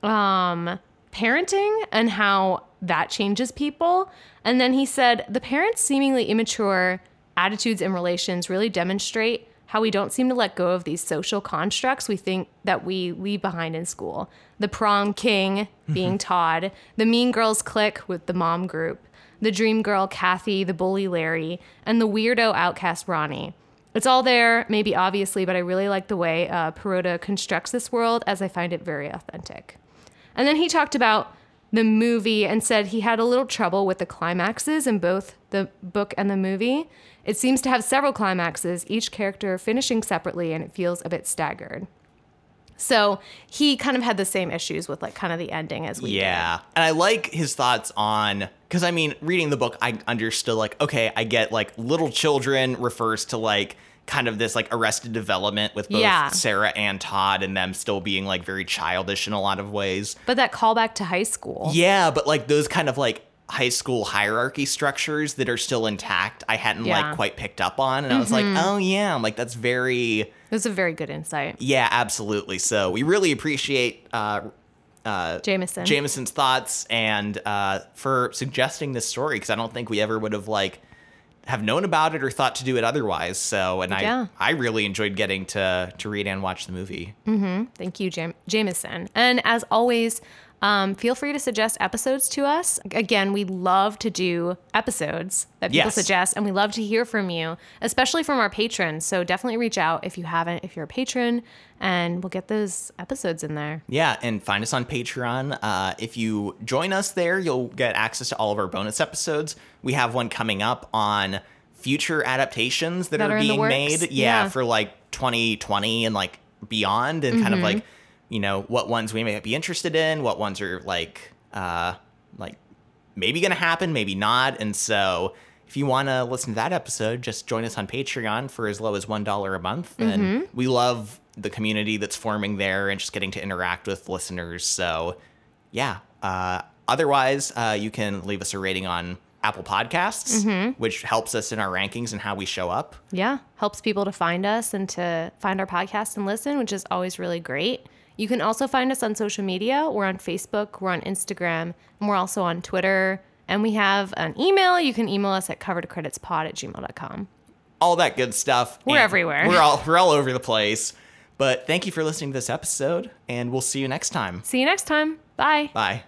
Speaker 2: um, parenting and how that changes people. And then he said the parents' seemingly immature attitudes and relations really demonstrate how we don't seem to let go of these social constructs we think that we leave behind in school. The prom king being Todd, the mean girls clique with the mom group, the dream girl Kathy, the bully Larry, and the weirdo outcast Ronnie. It's all there, maybe obviously, but I really like the way uh, Perota constructs this world as I find it very authentic. And then he talked about the movie and said he had a little trouble with the climaxes in both the book and the movie. It seems to have several climaxes, each character finishing separately, and it feels a bit staggered. So he kind of had the same issues with like kind of the ending as we
Speaker 1: Yeah. And I like his thoughts on because I mean, reading the book, I understood like, okay, I get like little children refers to like kind of this like arrested development with both
Speaker 2: Yeah.
Speaker 1: Sarah and Todd and them still being like very childish in a lot of ways.
Speaker 2: did. But that callback to high school.
Speaker 1: Yeah, but like those kind of like high school hierarchy structures that are still intact, I hadn't
Speaker 2: Yeah. Mm-hmm.
Speaker 1: like quite picked up on. And I was like, oh yeah, I'm like that's very
Speaker 2: It was a very good insight.
Speaker 1: yeah, absolutely. So we really appreciate uh
Speaker 2: Jameson.
Speaker 1: Jameson's thoughts and uh, for suggesting this story because I don't think we ever would have like have known about it or thought to do it otherwise. So, and
Speaker 2: Yeah.
Speaker 1: I I really enjoyed getting to to read and watch the movie.
Speaker 2: Thank you, Jam- Jameson. And as always, um, feel free to suggest episodes to us. Again, we love to do episodes that people
Speaker 1: Yes.
Speaker 2: suggest, and we love to hear from you, especially from our patrons. So definitely reach out if you haven't, if you're a patron, and we'll get those episodes in there.
Speaker 1: Yeah, and find us on Patreon. Uh, if you join us there, you'll get access to all of our bonus episodes. We have one coming up on future adaptations that,
Speaker 2: That
Speaker 1: are,
Speaker 2: are in the
Speaker 1: being
Speaker 2: works.
Speaker 1: made. Yeah,
Speaker 2: Yeah.
Speaker 1: for like 2020 and like beyond, and
Speaker 2: Mm-hmm.
Speaker 1: kind of like you know what ones we may be interested in, what ones are like uh, like maybe going to happen, maybe not. And so if you want to listen to that episode, just join us on Patreon for as low as $1 a month. And
Speaker 2: Mm-hmm.
Speaker 1: we love the community that's forming there and just getting to interact with listeners. So, yeah. Uh, otherwise, uh, you can leave us a rating on Apple Podcasts,
Speaker 2: Mm-hmm.
Speaker 1: which helps us in our rankings and how we show up.
Speaker 2: Yeah, helps people to find us and to find our podcast and listen, which is always really great. You can also find us on social media. We're on Facebook, we're on Instagram, and we're also on Twitter. And we have an email. You can email us at coveredcreditspod at gmail.com.
Speaker 1: all that good stuff.
Speaker 2: We're
Speaker 1: And
Speaker 2: everywhere.
Speaker 1: We're all we're all over the place. But thank you for listening to this episode, and we'll see you next time.
Speaker 2: See you next time. Bye.
Speaker 1: Bye.